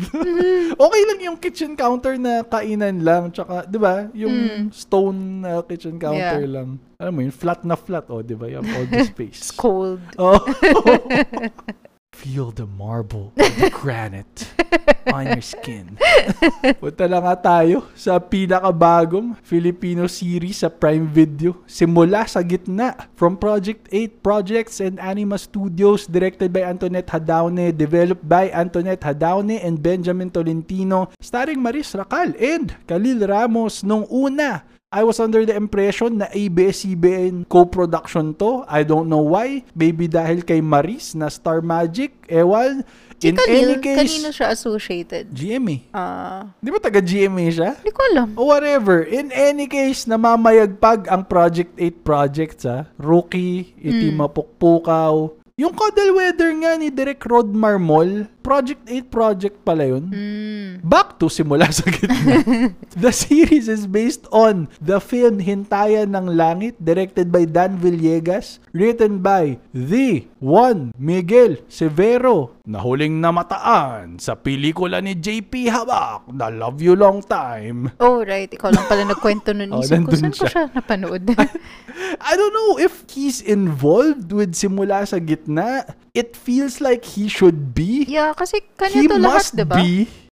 okay lang yung kitchen counter na kainan lang. Tsaka, di ba? Yung stone na kitchen counter Mm. Yeah. lang. Alam mo yun, flat na flat. O, di ba? You have all the space. Cold. Oh. Feel the marble of the granite on your skin. Punta na nga tayo sa pinakabagong Filipino series sa Prime Video. Simula sa gitna. From Project 8 Projects and Anima Studios directed by Antoinette Hadaone, developed by Antoinette Hadaone and Benjamin Tolentino, starring Maris Racal and Khalil Ramos nung una. I was under the impression na ABS-CBN co-production to. I don't know why. Maybe dahil kay Maris na Star Magic. Ewan. Si In any Khalil, kanino case, siya associated? GMA. Ah, Di ba taga GMA siya? hindi ko alam. O whatever. In any case, namamayagpag ang Project 8 projects ha. Rookie, Itim Mapukpukaw. Yung Cuddle Weather nga ni Direk Rod Marmol, Project 8 project pala yun. Mm. Back to simula sa gitna. the series is based on the film Hintayan ng Langit directed by Dan Villegas, written by the Juan Miguel Severo, na huling namataan sa pelikula ni JP Habak, The Love You Long Time. Oh, right. Ikaw lang pala nagkwento nun. Oh, Isip ko, nandun saan ko siya. siya napanood? I don't know if he's involved with Simula sa Gitna. It feels like he should be. yeah, kasi kanya he to lahat, must diba? be.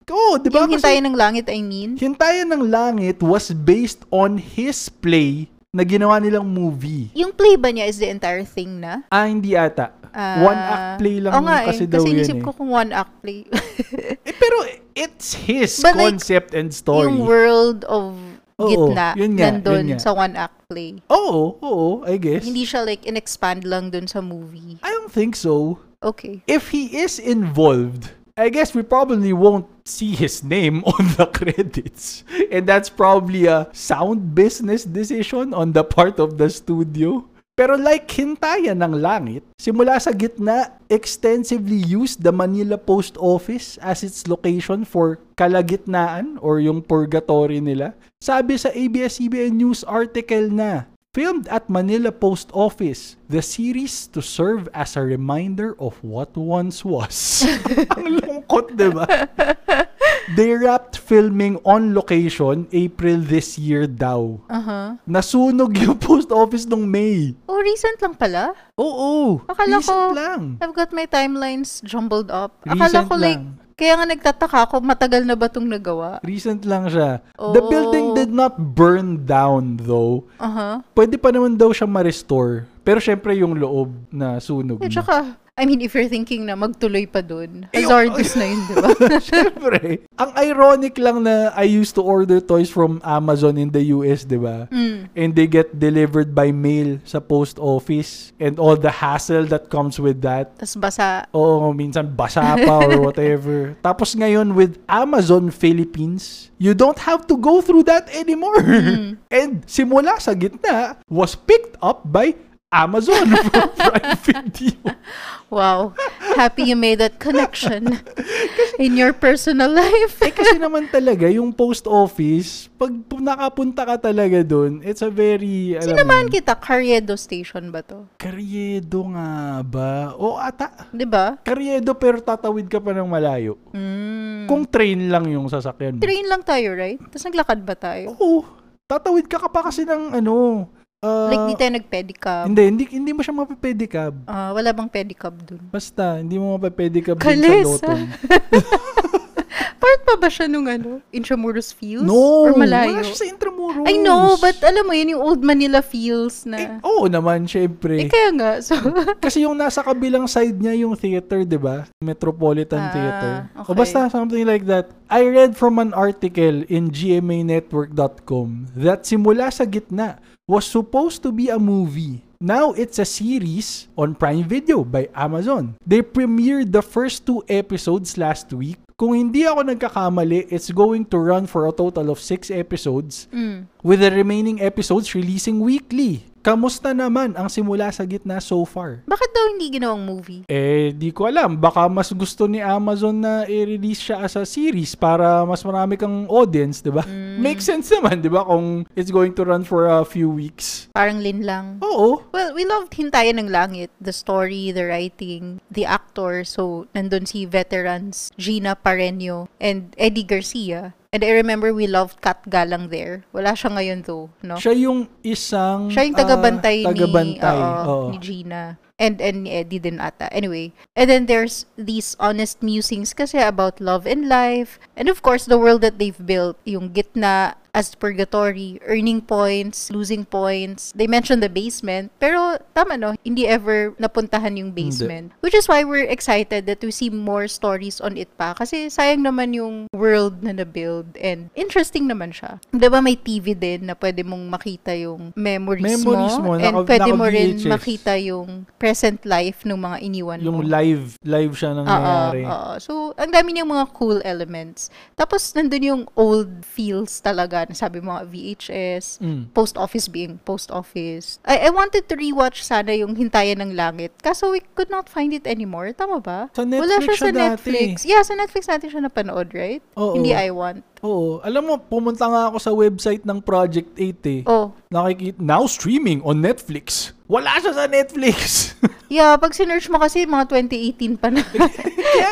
Oo, di ba? Yung Kasi- hintayin ng langit, I mean. Hintayan ng Langit was based on his play na ginawa nilang movie. Yung play ba niya is the entire thing na? Ah, hindi ata. Ah, one act play lang oo nga eh, kasi daw Kasi yun inisip eh. ko kung one act play. Eh, Pero it's his But like, concept and story. Yung world of Oo, gitna yun nga, nandun yun nga. sa one act play. oo, oo, I guess. Hindi siya like in-expand lang dun sa movie. I don't think so. Okay. If he is involved, I guess we probably won't see his name on the credits. And that's probably a sound business decision on the part of the studio. Pero like Hintayan ng Langit, simula sa gitna, extensively used the Manila Post Office as its location for kalagitnaan or yung purgatory nila. Sabi sa ABS-CBN News article na, Filmed at Manila Post Office, the series to serve as a reminder of what once was. Ang lungkot, di ba? They wrapped filming on location April this year daw. Uh-huh. Nasunog yung post office nung May. Oh, recent lang pala? Oo, Akala recent ko- lang. I've got my timelines jumbled up. Akala Recent ko like, lang. Hmm. kaya nga nagtataka ako, matagal na ba itong nagawa? Recent lang siya. The Oo. building did not burn down though. Uh-huh. Pwede pa naman daw siya ma-restore. Pero syempre yung loob na sunog. Eh, na. tsaka, I mean, if you're thinking na magtuloy pa dun, Eh, hazardous na yun, di ba? Siyempre. Ang ironic lang na I used to order toys from Amazon in the US, di ba? And they get delivered by mail sa post office and all the hassle that comes with that. Tapos basa, Oo, minsan basa pa or whatever. Tapos ngayon with Amazon Philippines, you don't have to go through that anymore. And simula sa gitna was picked up by Amazon from Prime Video. wow, happy you made that connection in your personal life. Kasi naman talaga, yung post office, pag pu- nakapunta ka talaga dun, it's a very, alam Sinamahan mo, kita, Carriedo Station ba to? karyedo nga ba? O ata, Di ba? karyedo pero tatawid ka pa ng malayo. Mm. Kung train lang yung sasakyan mo. Train lang tayo, right? Tapos naglakad ba tayo? Oo. Tatawid ka ka pa kasi ng ano. ah, like, di tayo nag-pedicab. hindi, hindi, hindi mo siya mapipedicab. Ah, wala bang pedicab dun? Basta, hindi mo mapipedicab dun sa Kalis, ah. Lotong. Part pa ba siya nung ano? Intramuros feels? No! Or malayo? Wala siya sa Intramuros. I know, but ah. alam mo, yun yung old Manila feels na... Eh, oo naman, syempre. Eh, kaya nga. So, Kasi yung nasa kabilang side niya yung theater, 'di ba? Metropolitan Ah, Theater. O okay. basta something like that. I read from an article in gmanetwork.com that simula sa gitna was supposed to be a movie. Now it's a series on Prime Video by Amazon. They premiered the first two episodes last week. Kung hindi ako nagkakamali, it's going to run for a total of six episodes Mm. with the remaining episodes releasing weekly. Kamusta naman ang simula sa gitna so far? bakit daw hindi ginawang movie? Eh, di ko alam. Baka mas gusto ni Amazon na i-release siya as a series para mas marami kang audience, di ba? Mm. Makes sense naman, di ba? Kung it's going to run for a few weeks. Parang Lin lang. Oo. Well, we loved Hintayan ng Langit. The story, the writing, the actor. So, nandun si veterans Gina Pareño and Eddie Garcia. And I remember we loved Kat Galang there. Wala siya ngayon though, no? Siya yung isang... Siya yung ah, tagabantay, tagabantay. ni, oo, Oo. ni Gina. And, and ni Eddie din ata. Anyway. And then there's these honest musings kasi about love and life. And of course, the world that they've built. Yung gitna as purgatory, earning points, losing points. They mentioned the basement. Pero tama no, hindi ever napuntahan yung basement. Which is why we're excited that we see more stories on it pa. Kasi sayang naman yung world na na-build and interesting naman siya. 'Di ba may TV din na pwede mong makita yung memories, Memories mo, and naka- pwede naka mo rin VHS. makita yung present life ng mga iniwan mo. Yung live, live siya nang Oo, nangyari. oo. So, ang dami niyang mga cool elements. Tapos, nandun yung old feels talaga. na Sabi mo, nga, VHS, Mm. post office being post office. I, I wanted to rewatch sana yung Hintayan ng Langit. Kaso, we could not find it anymore. Tama ba? Sa Wala Netflix siya sa siya dati. Netflix. Yeah, sa Netflix natin siya napanood, right? Oo. Hindi I want. Oo. Alam mo, pumunta nga ako sa website ng Project 8 eh. Oh, Nakikita, now streaming on Netflix. Wala siya sa Netflix. Yeah, pag sinerch mo kasi mga 2018 pa na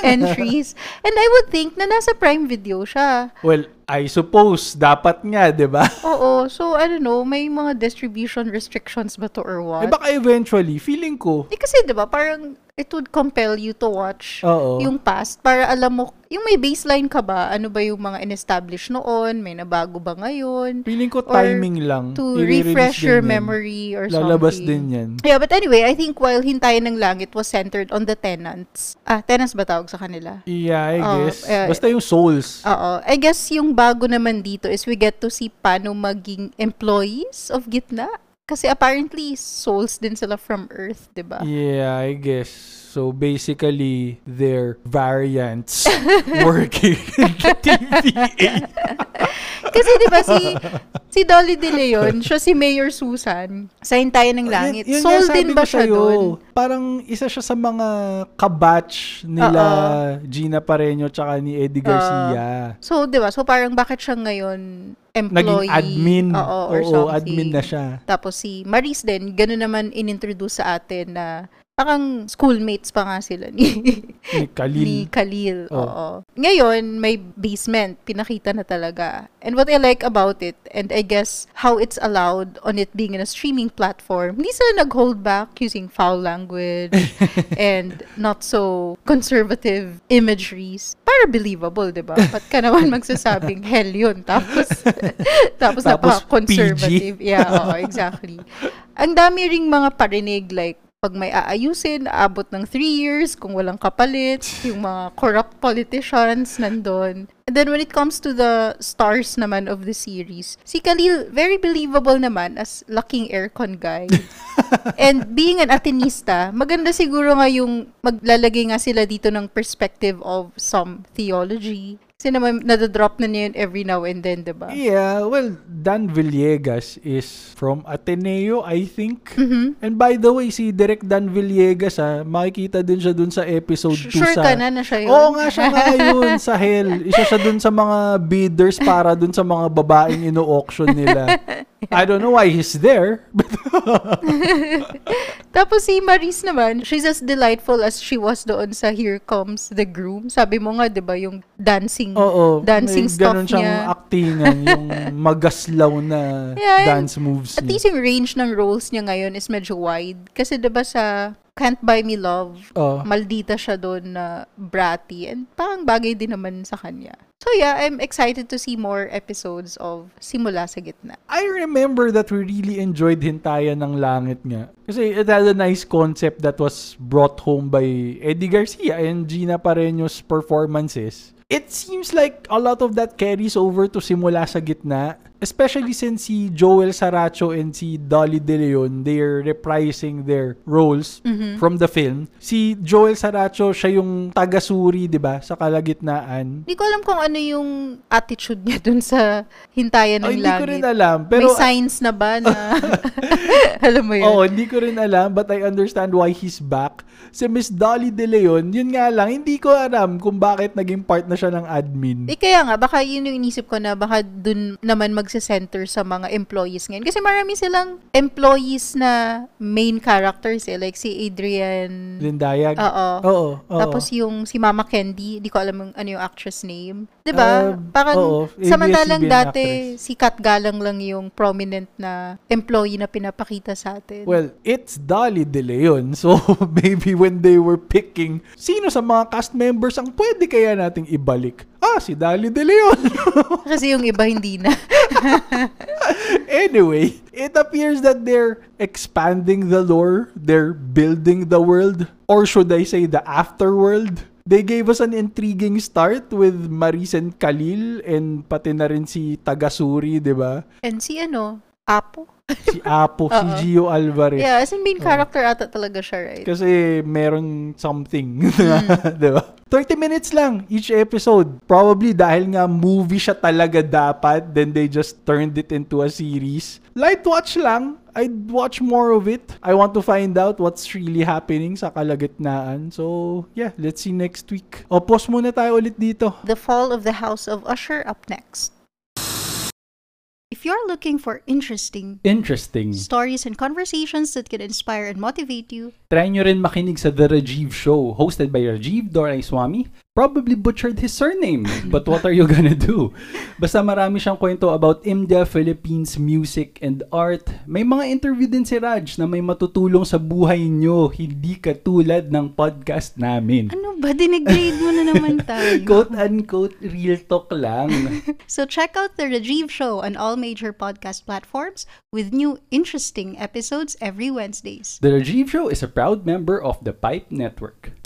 entries. And I would think na nasa Prime Video siya. well, I suppose, dapat nga, di ba? Oo, so I don't know, may mga distribution restrictions ba to Eh or what? baka eventually, feeling ko, Eh kasi 'di ba, parang it would compel you to watch Oo. yung past para alam mo yung may baseline ka ba, ano ba yung mga in-establish noon, may nabago ba ngayon feeling ko Or timing lang. to I-re-release refresh din your yan. memory or something. Lalabas din yan. Yeah, but anyway, I think while Hintayin ng Langit was centered on the tenants. Ah, tenants ba tawag sa kanila? Yeah, I Oh, guess. eh, Basta yung souls. Oo. I guess yung bago naman dito is we get to see paano maging employees of Gitna. Kasi apparently, souls din sila from Earth, di ba? yeah, I guess. So basically, they're variants working in the TVA. Kasi di ba si, si Dolly De Leon, siya si Mayor Susan, sa Hintayan ng Langit. Oh, Yun- yun Soul nga sabi din ba ko siya sa'yo, doon? Parang isa siya sa mga kabatch nila Gina Pareño tsaka ni Eddie Garcia. So, di ba? So, parang bakit siya ngayon Naging employee? admin. Oo, or Oo, something. admin na siya. Tapos si Maris din, ganun naman inintroduce sa atin na parang schoolmates pa nga sila ni Ni Khalil. ni Khalil. Oh. Oo. Ngayon, may basement. Pinakita na talaga. And what I like about it, and I guess how it's allowed on it being in a streaming platform, hindi sila nag-hold back using foul language and not so conservative imageries. Para believable, di ba? Ba't ka naman magsasabing, hell yun. Tapos, tapos, Tapos napaka-conservative. Yeah, oo, exactly. Ang dami ring mga parinig like pag may aayusin, abot ng three years kung walang kapalit, yung mga corrupt politicians nandun. And then when it comes to the stars naman of the series, si Khalil, very believable naman as lucking aircon guy. And being an Atenista, maganda siguro nga yung maglalagay nga sila dito ng perspective of some theology. Kasi naman, nadadrop na niya yun every now and then, diba? Yeah, well, Dan Villegas is from Ateneo, I think. Mm-hmm. And by the way, si Direk Dan Villegas, ah, makikita din siya dun sa episode 2 Sure sa... ka na na siya yun? Oo nga siya nga yun sa hell. Isa siya dun sa mga bidders para dun sa mga babaeng ino-auction nila. I don't know why he's there. But Tapos si Maris naman, she's as delightful as she was doon sa Here Comes the Groom. Sabi mo nga, di ba, yung dancing, oo, dancing may stuff ganun siyang niya. actingan, yung magaslaw na Yeah, and dance moves At niya. least yung range ng roles niya ngayon is medyo wide. Kasi di ba sa Can't Buy Me Love, Oh. maldita siya doon na bratty. And parang bagay din naman sa kanya. So yeah, I'm excited to see more episodes of Simula sa Gitna. I remember that we really enjoyed Hintayan ng Langit nga. Kasi it had a nice concept that was brought home by Eddie Garcia and Gina Pareño's performances. It seems like a lot of that carries over to Simula sa Gitna, especially since si Joel Saracho and si Dolly De Leon, they're reprising their roles Mm-hmm. from the film. Si Joel Saracho, siya yung taga-suri, di ba, sa kalagitnaan. Hindi ko alam kung ano yung attitude niya doon sa Hintayan ng Ay, hindi Langit. ko rin alam. Pero May signs na ba na, alam mo yun? Oo, Oh, hindi ko rin alam but I understand why he's back. Si Miss Dolly De Leon, yun nga lang, hindi ko alam kung bakit naging part na siya ng admin. Eh kaya nga, baka yun yung inisip ko na baka dun naman magse-center sa mga employees ngayon. Kasi marami silang employees na main characters eh. Like si Adrian. Lindayag. Oo. Oo. oo. Tapos yung si Mama Candy, di ko alam yung, ano yung actress name. 'Di ba? Ah, Parang oo. samantalang ABS-CBN dati si Kat Galang lang yung prominent na employee na pinapakita sa atin. Well, it's Dolly De Leon. So, maybe when they were picking, sino sa mga cast members ang pwede kaya nating ibalik? Ah, si Dolly De Leon. Kasi yung iba hindi na. Anyway, it appears that they're expanding the lore, they're building the world, or should I say the afterworld. They gave us an intriguing start with Maris and Khalil and pati na rin si Tagasuri, di ba? And si ano, Apo? Si Apo, si Oo. Gio Alvarez. Yeah, as in main character ata talaga siya, right? Kasi meron something. di ba? 30 minutes lang each episode. Probably dahil nga movie siya talaga dapat, then they just turned it into a series. Light watch lang. I'd watch more of it. I want to find out what's really happening sa kalagitnaan. So, yeah, let's see next week. O, pause muna tayo ulit dito. The Fall of the House of Usher up next. If you're looking for interesting Interesting. stories and conversations that can inspire and motivate you, Try nyo rin makinig sa The Rajiv Show, hosted by Rajiv Doraiswamy. Probably butchered his surname, but what are you gonna do? Basta marami siyang kwento about India, Philippines, music, and art. May mga interview din si Raj na may matutulong sa buhay nyo, hindi katulad ng podcast namin. ano ba, dinigrade mo na naman tayo. Quote-unquote, real talk lang. so check out the Rajiv Show on all major podcast platforms with new interesting episodes every Wednesdays. The Rajiv Show is a proud member of the Pipe Network.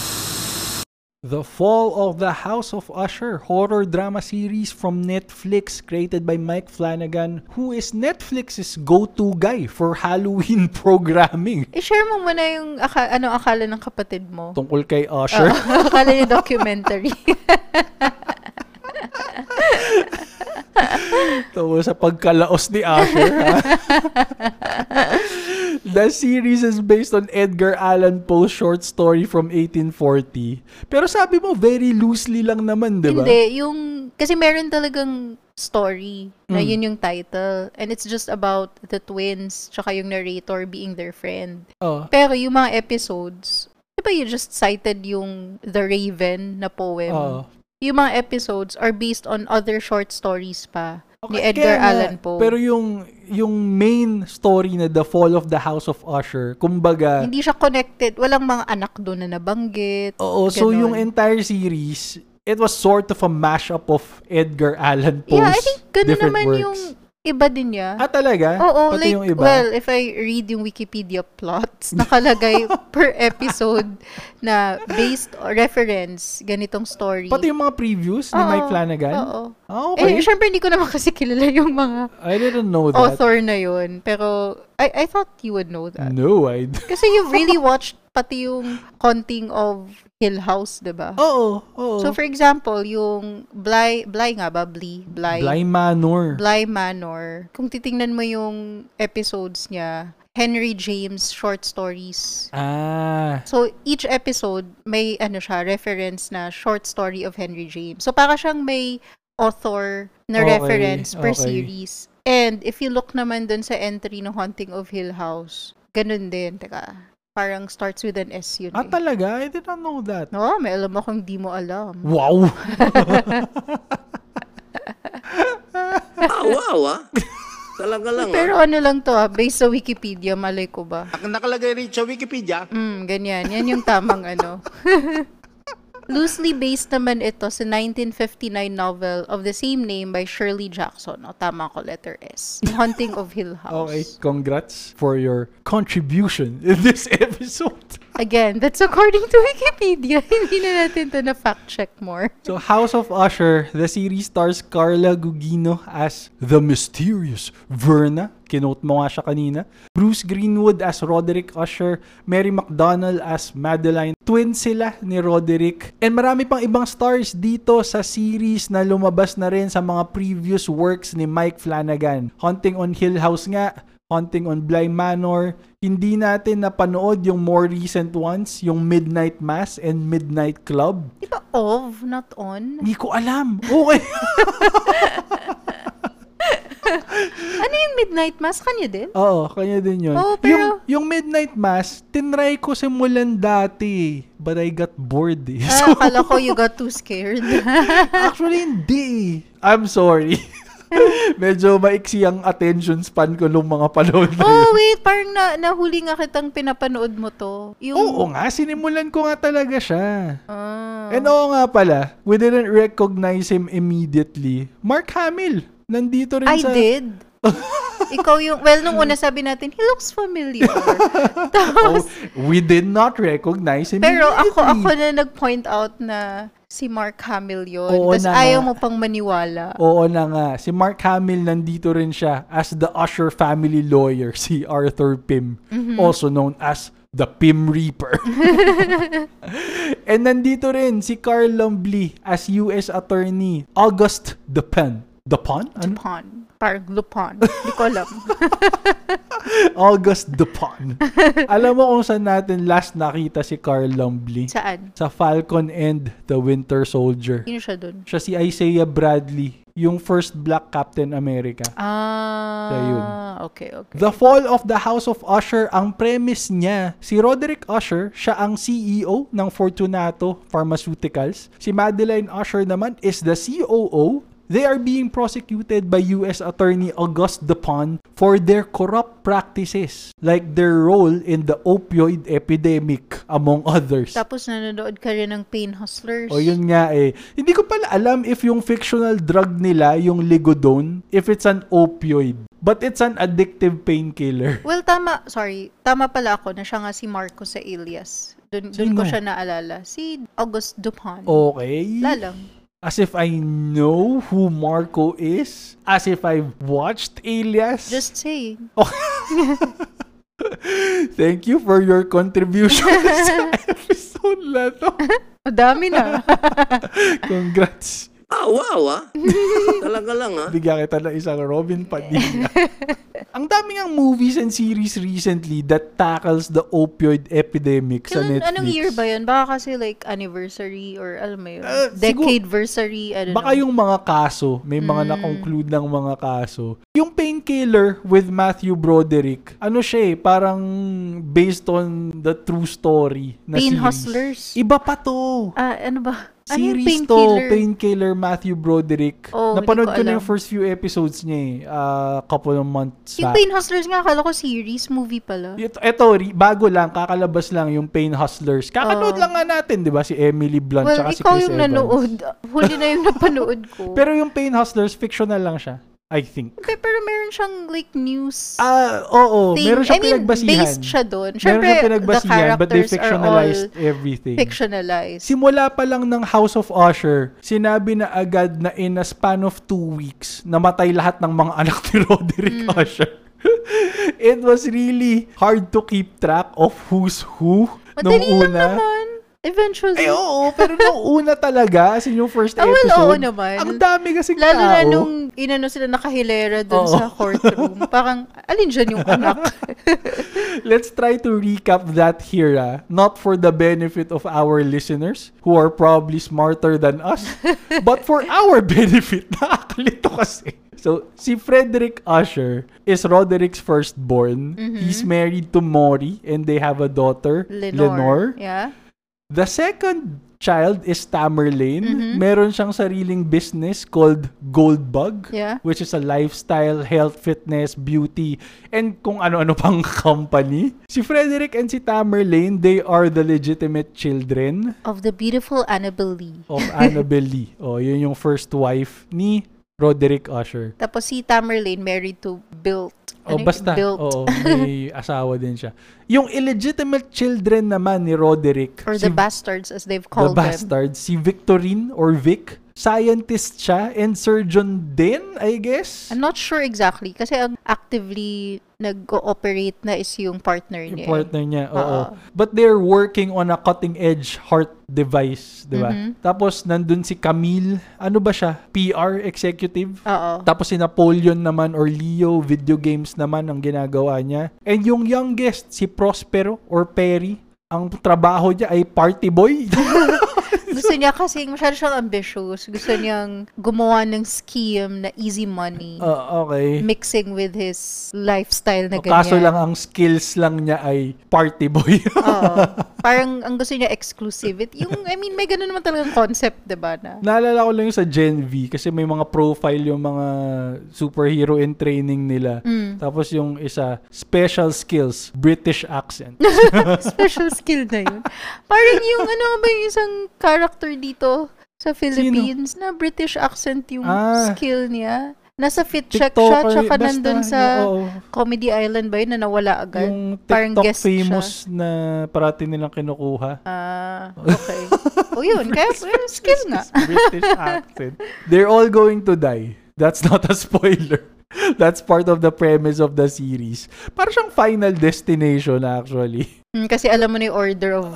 The Fall of the House of Usher horror drama series from Netflix created by Mike Flanagan who is Netflix's go-to guy for Halloween programming. I-share mo muna yung aka- ano akala ng kapatid mo. Tungkol kay Usher. Oo, akala niya documentary. Tungkol sa pagkalaos ni Usher. ha? The series is based on Edgar Allan Poe's short story from 1840. Pero sabi mo, very loosely lang naman, di ba? Hindi, yung... Kasi meron talagang story na Mm. yun yung title. And it's just about the twins tsaka yung narrator being their friend. Oh. Pero yung mga episodes, di ba you just cited yung The Raven na poem? Oh. Yung mga episodes are based on other short stories pa ni Okay, Edgar kaya nga, Allan Poe. Pero yung yung main story na The Fall of the House of Usher, kumbaga, hindi siya connected. Walang mga anak doon na nabanggit. oo, so ganun. yung entire series, it was sort of a mashup of Edgar Allan Poe's Yeah, I think ganun different naman works. yung iba din niya. Ah, talaga? Oo, Pati like, yung iba? well, if I read yung Wikipedia plots, nakalagay per episode na based or reference, ganitong story. Pati yung mga previews ni Oo, Mike Flanagan? Oo. Ah, okay. Eh, oh, syempre hindi ko naman kasi kilala yung mga I didn't know that. author na yun. Pero, I, I thought you would know that. No, I... d- Kasi you've really watched pati yung Haunting of Hill House, di ba? Oo, oo. So, for example, yung Bly, Bly nga ba? Bly? Bly? Bly Manor. Bly Manor. Kung titingnan mo yung episodes niya, Henry James short stories. Ah, So, each episode, may ano siya, reference na short story of Henry James. So, para siyang may author na Okay, reference per okay. series. And if you look naman dun sa entry ng Haunting of Hill House, ganun din. Teka, parang starts with an S yun ah, eh. talaga? I didn't know that. Oo, may alam akong di mo alam. Wow! Awawa. Talaga Hmm. lang. ah. Pero ano lang to ah, based sa Wikipedia, malay ko ba? Ang nakalagay rin sa Wikipedia, Mm, ganyan. Yan yung tamang ano. Loosely based naman ito sa 1959 novel of the same name by Shirley Jackson. O tama ko, letter S. Haunting of Hill House. Okay, congrats for your contribution in this episode. Again, that's according to Wikipedia. Hindi na natin to na fact check more. So, House of Usher, the series stars Carla Gugino as the mysterious Verna. Kinote mo nga siya kanina. Bruce Greenwood as Roderick Usher. Mary McDonnell as Madeline. Twin sila ni Roderick. And marami pang ibang stars dito sa series na lumabas na rin sa mga previous works ni Mike Flanagan. Haunting on Hill House nga. Haunting on Bly Manor. Hindi natin napanood yung more recent ones, yung Midnight Mass and Midnight Club. Di ba of, Diba not on? Hindi ko alam. Okay. Ano yung Midnight Mass? Kanya din? Oo, kanya din yun. Oo, pero- Yung, yung Midnight Mass, tinry ko simulan dati. But I got bored eh. Ah, So, akala ko you got too scared. actually, hindi eh. I'm sorry. Medyo maiksi ang attention span ko nung mga panood na yun. oh, wait. Parang na, nahuli nga kitang pinapanood mo to. Yung, Oo nga, sinimulan ko nga talaga siya. Ah. And oo nga pala, we didn't recognize him immediately. Mark Hamill, nandito rin I sa... did. Ikaw yung, well, nung una sabi natin, he looks familiar. Oh, Tapos, Oh, we did not recognize him pero immediately. ako, ako na nag-point out na Si Mark Hamill yun. Oo Tapos na nga. ayaw mo pang maniwala. Oo na nga. Si Mark Hamill nandito rin siya as the Usher family lawyer, si Arthur Pym. Also known as the Pym Reaper. And nandito rin si Carl Lumbly as U.S. Attorney August Dupin. Dupin? Ano? Lupon. Parang Lupon. Hindi ko alam. August Dupin. Alam mo kung saan natin last nakita si Carl Lumbly? Saan? Sa Falcon and the Winter Soldier. Sino siya dun? Siya si Isaiah Bradley, yung first black Captain America. Ah, Siya yun. okay, okay. The Fall of the House of Usher, ang premise niya, si Roderick Usher, siya ang CEO ng Fortunato Pharmaceuticals. Si Madeline Usher naman is the COO. They are being prosecuted by U.S. Attorney August Dupont for their corrupt practices, like their role in the opioid epidemic, among others. Tapos nanonood ka rin ng Pain Hustlers. O yun nga eh. Hindi ko pala alam if yung fictional drug nila, yung Ligodone, if it's an opioid. But it's an addictive painkiller. Well, tama, sorry. Tama pala ako na siya nga si Marco sa alias. Dun, dun ko Sino? siya naalala. Si August Dupont. Okay. Lalang. As if I know who Marco is. As if I've watched Alias. Just saying. Thank you for your contribution sa episode na to. Madami na. Congrats. Ah, wow ah. Talaga lang ah. Bigyan kita ng isang Robin Padilla. ang daming ang movies and series recently that tackles the opioid epidemic sa Kailan, Netflix. anong year ba yun? Baka kasi like anniversary or alam mo yun. Eh, siguro- Decade-versary, I don't Baka know. yung mga kaso, may mga Hmm. na-conclude ng mga kaso. Yung Painkiller with Matthew Broderick, ano siya eh, parang based on the true story na Pain series. Hustlers? Iba pa to. Ah, ano ba? Ano yung series to, painkiller? Painkiller Matthew Broderick. Oh, hindi Napanood ko ko, na alam. yung first few episodes niya eh, ah, couple of months back. Yung Pain Hustlers nga, akala ko series, movie pala. Ito, ito, re- bago lang, kakalabas lang yung Pain Hustlers. Kakanood Oh. lang nga natin, di ba? Si Emily Blunt well, tsaka si ikaw Chris yung Evans. nanood. Huli na yung napanood ko. Pero yung Pain Hustlers, fictional lang siya. I think. Pe- pero meron siyang like news Ah, oo. thing. Meron siyang I mean, pinagbasihan. based siya doon. meron Siyempre, siyang the pinagbasihan, characters but they are all fictionalized everything. fictionalized. Simula pa lang ng House of Usher, sinabi na agad na in a span of two weeks, namatay lahat ng mga anak ni Roderick Hmm. Usher. It was really hard to keep track of who's who nung Madali lang una. naman. Eventually. Ay, oo, pero nung una talaga, as in yung first Ah, well, episode, oo naman. ang dami kasing Lalo tao. na nung inano sila nakahilera doon Oo. sa courtroom. Parang, alin dyan yung anak? Let's try to recap that here, ah. not for the benefit of our listeners who are probably smarter than us, but for our benefit. Nakakalito kasi. So, si Frederick Usher is Roderick's firstborn. He's married to Maury and they have a daughter, Lenore. Yeah. The second child is Tamerlane. Mm-hmm. Meron siyang sariling business called Goldbug, Yeah. which is a lifestyle, health, fitness, beauty, and kung ano-ano pang company. Si Frederick and si Tamerlane, they are the legitimate children Of the beautiful Annabelle Lee. of Annabelle Lee. Oh, yun yung first wife ni Roderick Usher. Tapos si Tamerlane married to Built. O Oh, Ano yun? basta, Built. oo, may asawa din siya. Yung illegitimate children naman ni Roderick, Or si the bastards as they've the called them. bastard, si Victorine or Vic. Scientist siya and surgeon din, I guess. I'm not sure exactly kasi ang actively nag-ooperate na is yung partner Yung niya. eh. partner niya, oo. Oo. But they're working on a cutting-edge heart device, di ba? Mm-hmm. Tapos, nandun si Camille, ano ba siya? PR executive? Oo. Tapos si Napoleon naman or Leo, video games naman ang ginagawa niya. And yung youngest, si Prospero or Perry, ang trabaho niya ay party boy. Gusto niya kasi masyado siyang ambitious. Gusto niyang gumawa ng scheme na easy money. Ah, okay. mixing with his lifestyle O, na ganyan. Oh, Kaso lang ang skills lang niya ay party boy. Oo. Parang ang gusto niya exclusivity. Yung, I mean, may ganun naman talagang concept, di ba? Na, Naalala ko lang yung sa Gen V kasi may mga profile yung mga superhero in training nila. Tapos yung isa, special skills, British accent. special skill na yun. Parang yung, ano nga ba yung isang character dito sa Philippines na British accent yung Ah. skill niya. Nasa fit check siya, TikToker, tsaka basta, nandun sa yung- oo. Comedy Island ba yun na nawala agad? Yung Parang TikTok guest siya. famous na parati nilang kinukuha. Ah, okay. tao yun. Kaya eh, skip na. British accent. They're all going to die. That's not a spoiler. That's part of the premise of the series. Para siyang final destination actually. Mm, Kasi alam mo na yung order of...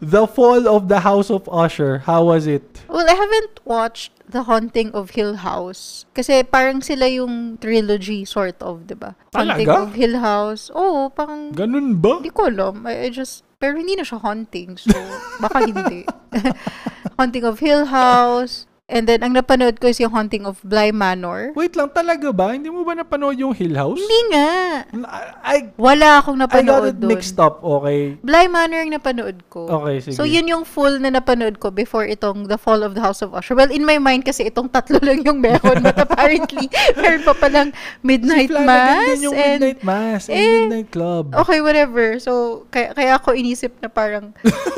The Fall of the House of Usher. How was it? Well, I haven't watched The Haunting of Hill House. Kasi parang sila yung trilogy sort of, di ba? Haunting Talaga? of Hill House. Oo, parang... Ganun ba? Hindi ko alam. I, I just... Pero hindi na siya haunting. So, baka hindi. haunting of Hill House. And then, ang napanood ko is yung Haunting of Bly Manor. Wait lang, talaga ba? Hindi mo ba napanood yung Hill House? Hindi nga. I, Wala akong I got it napanood doon. mixed up, okay? Bly Manor yung napanood ko. Okay, sige. So, yun yung full na napanood ko before itong The Fall of the House of Usher. Well, in my mind kasi itong tatlo lang yung meron. But apparently, meron pa palang Midnight Flanagan Mass. din yung and, Midnight Mass and eh, Midnight Club. Okay, whatever. So, kaya, kaya ako inisip na parang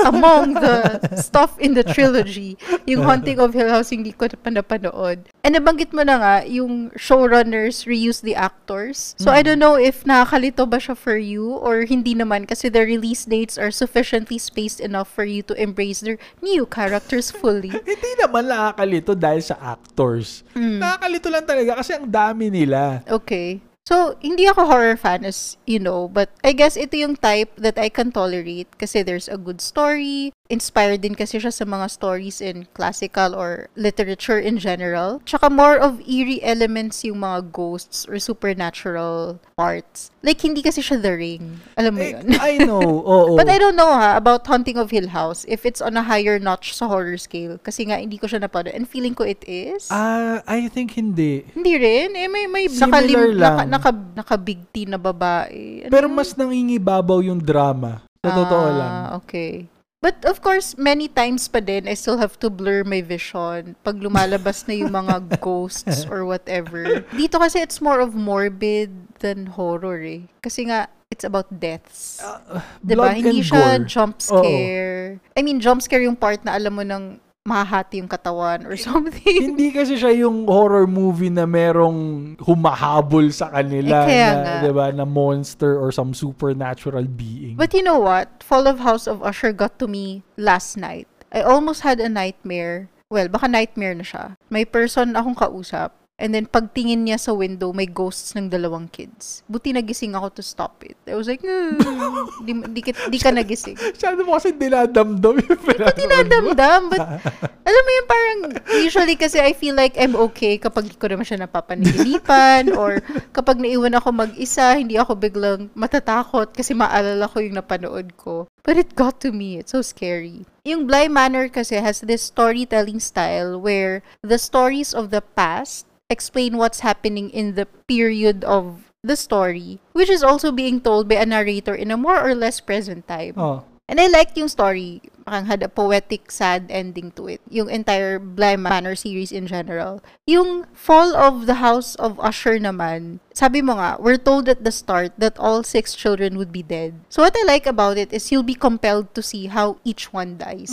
among the stuff in the trilogy, yung Haunting of Hill House hindi ko pa napanood. And nabanggit mo na nga, yung showrunners reuse the actors. So, I don't know if nakakalito ba siya for you or hindi naman kasi the release dates are sufficiently spaced enough for you to embrace their new characters fully. Hindi naman nakakalito dahil sa actors. Hmm. Nakakalito lang talaga kasi ang dami nila. Oh Okay. So, hindi ako horror fan as you know, but I guess ito yung type that I can tolerate kasi there's a good story. Inspired din kasi siya sa mga stories in classical or literature in general. Tsaka more of eerie elements yung mga ghosts or supernatural parts. Like, hindi kasi siya The Ring. Alam mo Eh, yun? I know, oo. But I don't know ha, about Haunting of Hill House if it's on a higher notch sa horror scale. Kasi nga, hindi ko siya napanood. And feeling ko it is. Ah, I think hindi. Hindi rin. Eh, may, may Similar nakalim, naka, lang. naka, naka big T na babae. Ano Pero yun? mas nangingibabaw yung drama. Sa totoo Ah, lang. Okay. But of course, many times pa din, I still have to blur my vision pag lumalabas na yung mga ghosts or whatever. Dito kasi it's more of morbid than horror eh. Kasi nga, it's about deaths. Ah, diba? blood and Hindi siya gore. jump scare. I mean, jump scare yung part na alam mo ng mahahati yung katawan or something. hindi kasi siya yung horror movie na merong humahabol sa kanila Eh, kaya na, nga. 'di ba, na monster or some supernatural being. But you know what? Fall of House of Usher got to me last night. I almost had a nightmare. Well, baka nightmare na siya. May person akong kausap. And then pagtingin niya sa window, may ghosts ng dalawang kids. Buti nagising ako to stop it. I was like, hmm, di, di, kit- di ka nagising. Masyado mo kasi dinadamdam yung pinanood mo. Nadamdam, but alam mo yung parang usually kasi I feel like I'm okay kapag di ko naman siya napapanaginipan or kapag naiwan ako mag-isa, hindi ako biglang matatakot kasi maalala ko yung napanood ko. But it got to me. It's so scary. Yung Bly Manor kasi has this storytelling style where the stories of the past explain what's happening in the period of the story, which is also being told by a narrator in a more or less present time. Oh. And I liked yung story. Parang had a poetic, sad ending to it. Yung entire Bly Manor series in general. Yung Fall of the House of Usher naman, sabi mo nga, we're told at the start that all six children would be dead. So what I like about it is you'll be compelled to see how each one dies.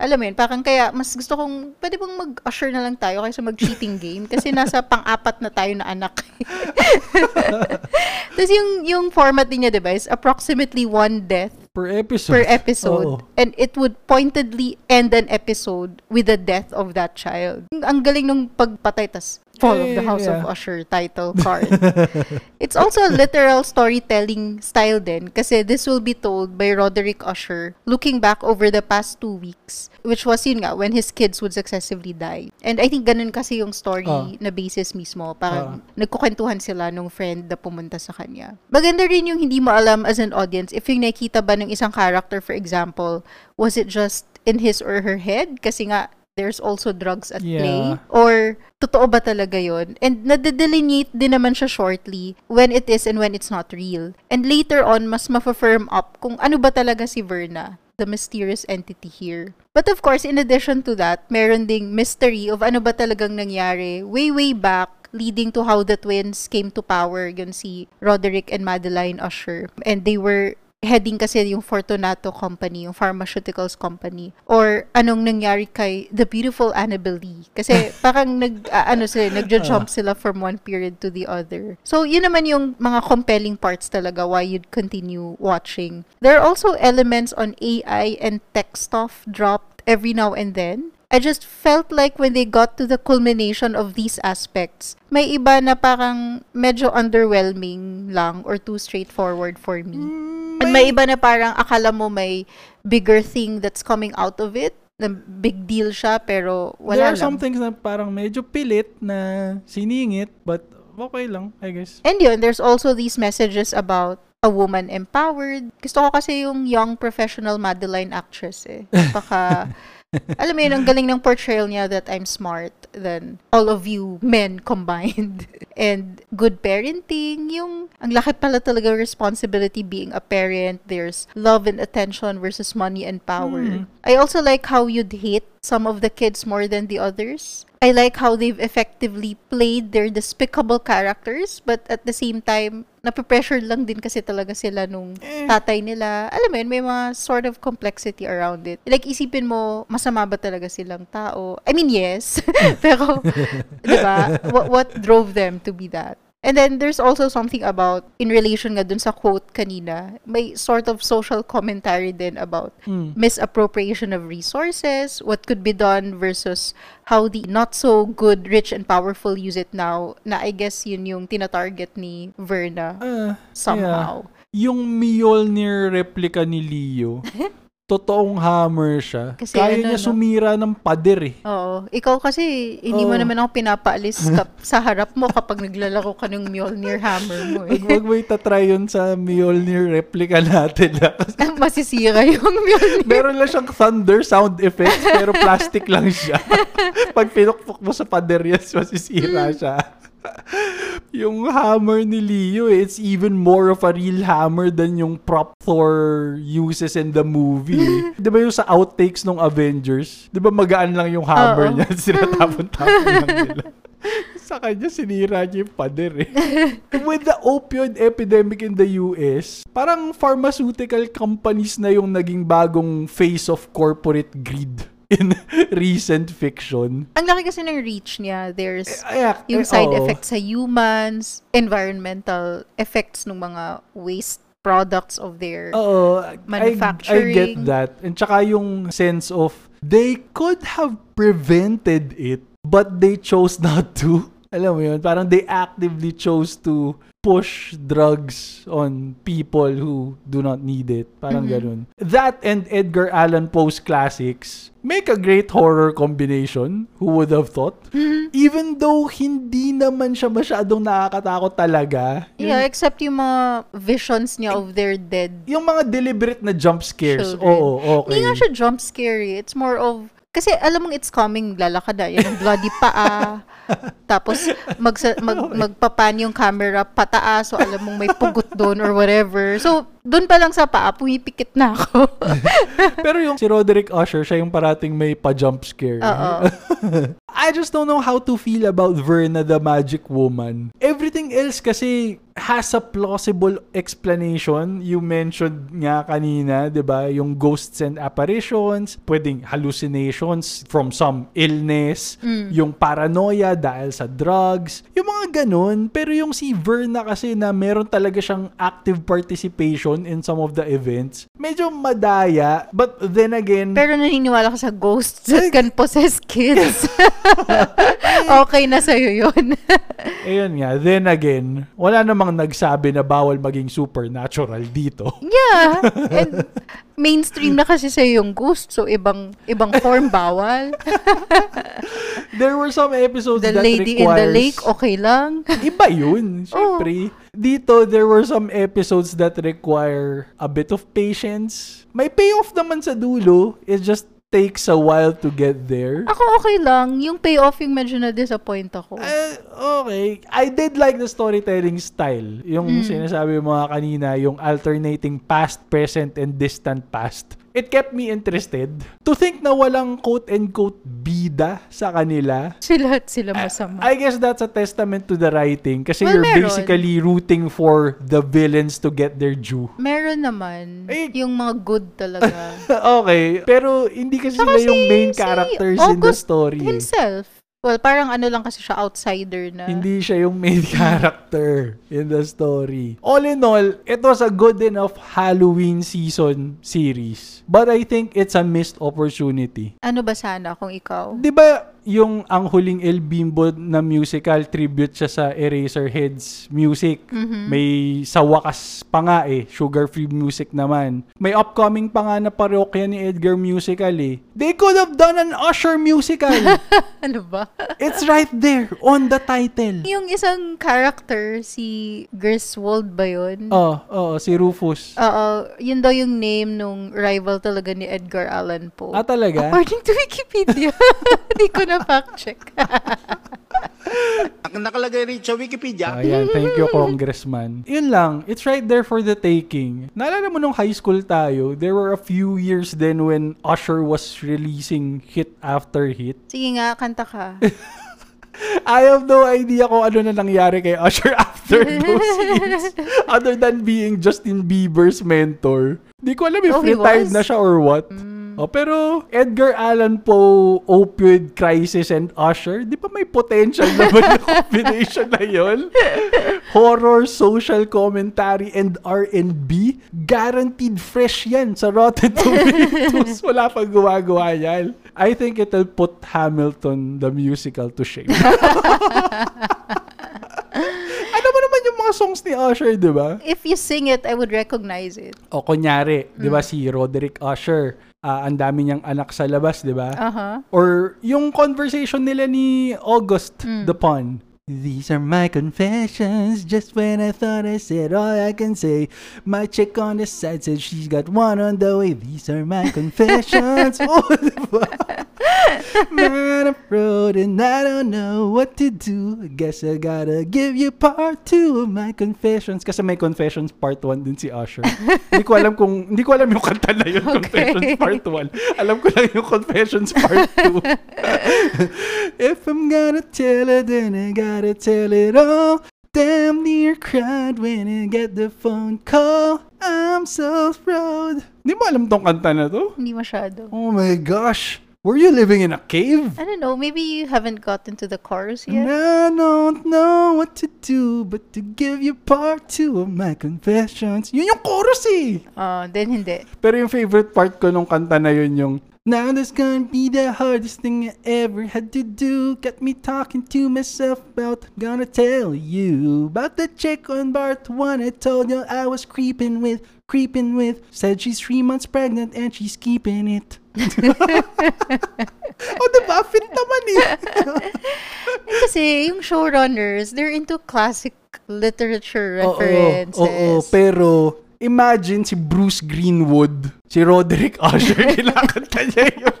Alam mo yun, parang kaya mas gusto kong, pwede bang mag-usher na lang tayo kaysa mag-cheating game? Kasi nasa pang-apat na tayo na anak. Tapos yung, yung format din niya, di ba, is approximately one death Per episode. per episode. Oo. And it would pointedly end an episode with the death of that child. Ang- Ang galing nung pagpatay, tas Fall of Yeah, the House Eh, yeah. of Usher title card. It's also a literal storytelling style din kasi this will be told by Roderick Usher looking back over the past two weeks which was yun nga when his kids would successively die. And I think ganun kasi yung story Ah. na basis mismo. Parang nagkukwentuhan sila nung friend na pumunta sa kanya. Maganda rin yung hindi mo alam as an audience if yung nakita ba ng isang character for example, was it just in his or her head? Kasi nga there's also drugs at play Yeah. or totoo ba talaga yon and nadedelineate din naman siya shortly when it is and when it's not real and later on mas mafirm up kung ano ba talaga si Verna the mysterious entity here but of course in addition to that meron ding mystery of ano ba talagang nangyari way way back leading to how the twins came to power yun si Roderick and Madeline Usher and they were heading kasi yung Fortunato Company, yung pharmaceuticals company, or anong nangyari kay the beautiful Annabelle Lee. Kasi parang nag, ah, ano sila, nagja-jump sila from one period to the other. So, yun naman yung mga compelling parts talaga why you'd continue watching. There are also elements on AI and tech stuff dropped every now and then. I just felt like when they got to the culmination of these aspects, may iba na parang medyo underwhelming lang or too straightforward for me. And may iba na parang akala mo may bigger thing that's coming out of it. Na big deal siya pero There wala are some lang. things na parang medyo pilit na siningit but okay lang, I guess. And yun, there's also these messages about a woman empowered. Gusto ko kasi yung young professional Madeline actress eh. Baka, alam mo yun, ang galing ng portrayal niya that I'm smart than all of you men combined. And good parenting, yung ang laki pala talaga ng responsibility being a parent. There's love and attention versus money and power. I also like how you'd hate some of the kids more than the others. I like how they've effectively played their despicable characters but at the same time, nape-pressure lang din kasi talaga sila nung tatay nila. Alam mo yun, may mga sort of complexity around it. Like, isipin mo, masama ba talaga silang tao? I mean, yes. Pero, di ba? What, what drove them to be that? And then there's also something about in relation nga dun sa quote kanina, may sort of social commentary din about Hmm. misappropriation of resources, what could be done versus how the not so good rich and powerful use it now. Na I guess yun yung tinatarget ni Verna Ah, somehow. yung Mjolnir replica ni Leo, totoong hammer siya. Kasi Kaya ano, niya no? sumira ng pader eh. Oo. Ikaw kasi, hindi mo Oo. naman ako pinapaalis kap- sa harap mo kapag naglalaro ka ng Mjolnir hammer mo. Wag, Eh. wag mo itatry yun sa Mjolnir replica natin. ah. Kasi Masisira yung Mjolnir. Meron lang siyang thunder sound effects pero plastic lang siya. Pag pinukpok mo sa pader yan, masisira siya. yung hammer ni Leo, eh, it's even more of a real hammer than yung prop Thor uses in the movie. eh. Di ba yung sa outtakes ng Avengers? Di ba magaan lang yung hammer Oo. niya? Sinatapon-tapon lang nila. sa kanya, sinira niya yung pader eh. With the opioid epidemic in the US, parang pharmaceutical companies na yung naging bagong face of corporate greed in recent fiction. Ang laki kasi ng reach niya. There's Ay, ah, oh. ay, yung side Eh, oo. effects sa humans, environmental effects ng mga waste products of their... Oo, I- I, Manufacturing. get that. And tsaka yung sense of they could have prevented it but they chose not to. Alam mo yun, parang they actively chose to push drugs on people who do not need it. Parang Mm-hmm. ganun. That and Edgar Allan Poe's classics make a great horror combination. Who would have thought? Mm-hmm. Even though hindi naman siya masyadong nakakatakot talaga. Yung yeah, except yung mga visions niya of their dead yung mga deliberate na jump scares. children. Oo, okay. Hindi nga siya jump scary. It's more of... Kasi alam mong it's coming, lalakad na. Yan ang bloody paa. tapos magsa, mag, magpapan yung camera pataas so alam mong may pugot doon or whatever. So, doon pa lang sa paa, pumipikit na ako. Pero yung si Roderick Usher, siya yung parating may pa-jump scare. Oo. I just don't know how to feel about Verna the Magic Woman. Everything else kasi has a plausible explanation. You mentioned nga kanina, 'di ba? Yung ghosts and apparitions, pwedeng hallucinations from some illness, yung paranoia dahil sa drugs, yung mga ganun. Pero yung si Verna kasi na meron talaga siyang active participation in some of the events, medyo madaya. But then again, Pero naniniwala ka sa ghosts at can possess kids. okay na sa'yo yun. Ayun nga, then again, wala namang nagsabi na bawal maging supernatural dito. yeah. And mainstream na kasi sa'yo yung ghost. So, ibang ibang form bawal. There were some episodes The that lady in requires... the lake, oh. okay lang. Iba yun, syempre. Dito, there were some episodes that require a bit of patience. May payoff naman sa dulo. It just takes a while to get there. Ako okay lang. Yung payoff yung medyo na-disappoint ako. Eh, okay. I did like the storytelling style. Hmm. Yung sinasabi mo nga kanina, yung alternating past, present, and distant past. It kept me interested. To think na walang quote-unquote bida sa kanila, Sila at sila masama. I guess that's a testament to the writing kasi Well, you're meron. basically rooting for the villains to get their due. Meron naman. Eh. Yung mga good talaga. okay, pero hindi kasi Saka sila yung si- main si characters in the August story. eh. himself. Well, parang ano lang kasi siya outsider na. Hindi siya yung main character in the story. All in all, it was a good enough Halloween season series. But I think it's a missed opportunity. Ano ba sana kung ikaw? Di ba yung ang huling El Bimbo na musical tribute siya sa Eraserheads music. May sa wakas pa nga eh, sugar-free music naman. May upcoming pa nga na parokya ni Edgar musical eh. They could have done an Usher musical. Ano ba? It's right there on the title. yung isang character, si Griswold ba yun? Oh, oh, si Rufus. Oo, yun daw yung name nung rival talaga ni Edgar Allan Poe. Ah, talaga? According to Wikipedia. Hindi ko na fact check. Ang nakalagay rin sa Wikipedia, Ayan, thank you, Congressman. Yun lang, it's right there for the taking. Naalala mo nung high school tayo, there were a few years then when Usher was releasing hit after hit. Sige nga, kanta ka. I have no idea kung ano na nangyari kay Usher after those years. Other than being Justin Bieber's mentor. Di ko alam if Oh, he retired was? Mm. na siya or what. Oh, pero Edgar Allan Poe, opioid crisis, and Usher, di ba may potential naman yung combination na yun? Horror, social commentary, and R&B, guaranteed fresh yan sa Rotten Tomatoes. Wala pang gumagawa yan. I think it'll put Hamilton, the musical, to shame. Alam mo naman yung mga songs ni Usher, di ba? If you sing it, I would recognize it. O kunyari, 'di ba si Roderick Usher, ah, ang dami niyang anak sa labas, 'di ba? Aha. Or yung conversation nila ni August the Pun. These are my confessions just when I thought I said all I can say. My chick on the side said she's got one on the way. These are my confessions. oh, diba? Man, I'm broad and I don't know what to do. I guess I gotta give you part two of my confessions. Kasi may confessions part one din si Usher. hindi ko alam kung, hindi ko alam yung kanta na yun, confessions part one. Alam ko lang yung confessions part two. If I'm gonna tell it, then I gotta tell it all. Damn near cried when I get the phone call. I'm so proud. Hindi mo alam tong kanta na to? Hindi masyado. Oh my gosh. Were you living in a cave? I don't know, maybe you haven't gotten to the chorus yet. And I don't know what to do but to give you part two of my confessions. Yun yung chorus eh. Oh, then hindi. Pero yung favorite part ko nung kanta na yun yung Now that's gonna be the hardest thing I ever had to do Got me talking to myself about Gonna tell you About the chick on part 1 I told you I was creeping with Creeping with Said she's 3 months pregnant and she's keeping it Oh, diba? Fit naman eh. Eh, Kasi yung showrunners, they're into classic literature Oo, references. Oo, pero imagine si Bruce Greenwood, si Roderick Usher, kinakanta niya yun.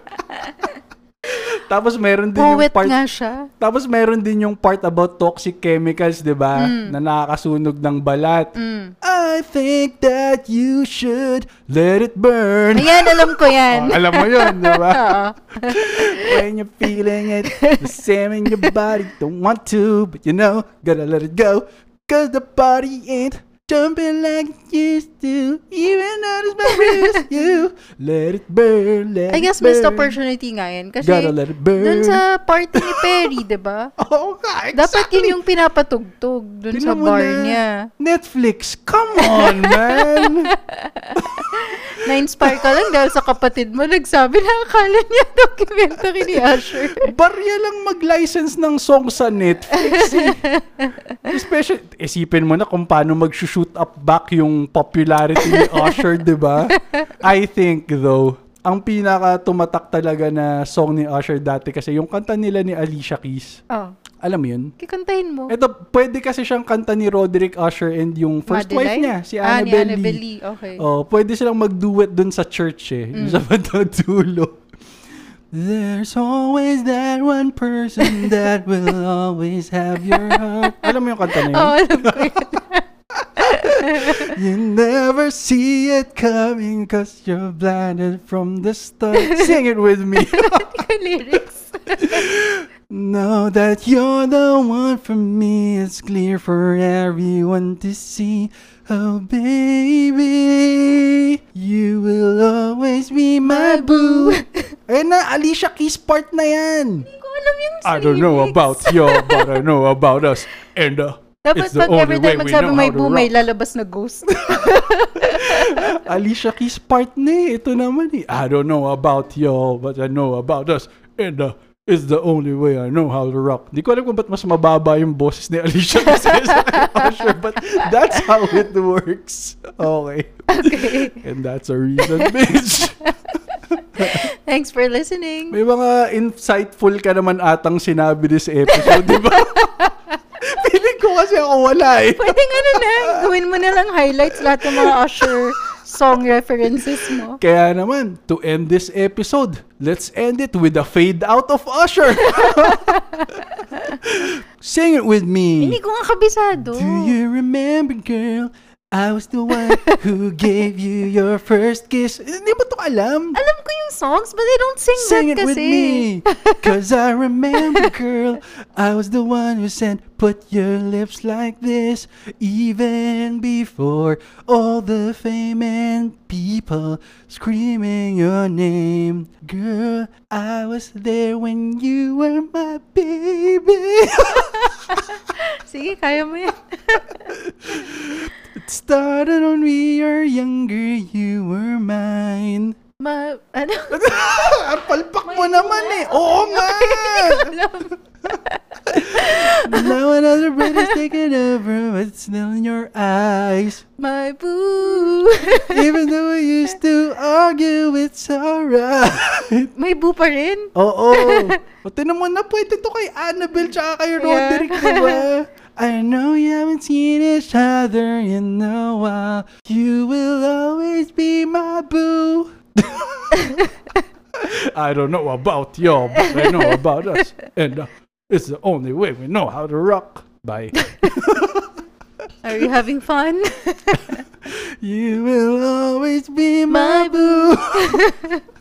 Tapos meron din yung Poet part nga siya. Tapos meron din yung part about toxic chemicals, 'di ba? Mm. Na nakakasunog ng balat. I think that you should let it burn. Ayan, alam ko yan. Oh, alam mo yun, di ba? When you're feeling it, the same in your body, don't want to, but you know, gotta let it go. Cause the body ain't jumping like it used to, even though it's my wrist, you let it burn, let I guess it burn. missed opportunity nga yan. Kasi Gotta let it burn. dun sa party ni Perry, di ba? Oo nga, Oh, exactly. Dapat yun yung pinapatugtog dun sa Tingnan mo bar na. niya. Netflix, come on, man! Na-inspire ka lang dahil sa kapatid mo nagsabi na akala niya documentary ni Usher. Barya lang mag-license ng song sa Netflix eh. Especially, isipin mo na kung paano mag-shoot up back yung popularity ni Usher, di ba? I think though, ang pinaka tumatak talaga na song ni Usher dati kasi yung kanta nila ni Alicia Keys. Oh, Alam mo yun? kikantahin mo. Ito, pwede kasi siyang kanta ni Roderick Usher and yung first wife niya, Madeline? si Ah, ni Annabelle Annabelle Lee. Lee, okay. Oh, pwede silang mag-duet dun sa church eh, dun sa bandang dulo. There's always that one person that will always have your heart. Alam mo yung kanta na yun? Oh, alam ko yun. You never see it coming cause you're blinded from the start. Sing it with me. Yung lyrics. Know that you're the one for me. It's clear for everyone to see. Oh, baby, you will always be my boo. Ayun na, Alicia Keys part na yan. Hindi ko alam yung I don't know lyrics. about you, but I know about us. And uh, Dapat it's the pag every only way time we magsabi know may how to boom, may rock. lalabas na ghost. Alicia Keys part na eh. Ito naman eh. I don't know about y'all, but I know about us. And uh, it's the only way I know how to rock. Di ko alam kung ba't mas mababa yung boses ni Alicia Keys kaysa kay Usher, but that's how it works. Okay. okay. And that's a reason, bitch. Thanks for listening. May mga insightful ka naman atang sinabi this episode, di ba? Piling ko kasi ako wala eh. Pwede nga na na. Gawin mo na lang highlights lahat ng mga Usher song references mo. Kaya naman, to end this episode, let's end it with a fade out of Usher. Sing it with Hindi me. ko nga kabisado. Do you remember, girl? I was the one who gave you your first kiss. Eh, Hindi mo to alam? Alam ko yung songs, but I don't sing, Sing it that with kasi. me. Cause I remember, girl, I was the one who said, put your lips like this. Even before all the fame and people screaming your name. Girl, I was there when you were my baby. Sige, kaya mo yan. it started when we were younger, you were mine. Ma, ano? Palpak mo naman eh. Oo nga. Alam. Now another breath is taken over, but it's still in your eyes. My boo. Even though we used to argue, it's alright. May boo pa rin. Oo. O tinan mo na pwede to kay Annabelle tsaka kay Roderick, Yeah. diba? I know you haven't seen each other in a while. You will always be my boo. I don't know about y'all, but I know about us. And uh, it's the only way we know how to rock. Bye. Are you having fun? You will always be my My boo.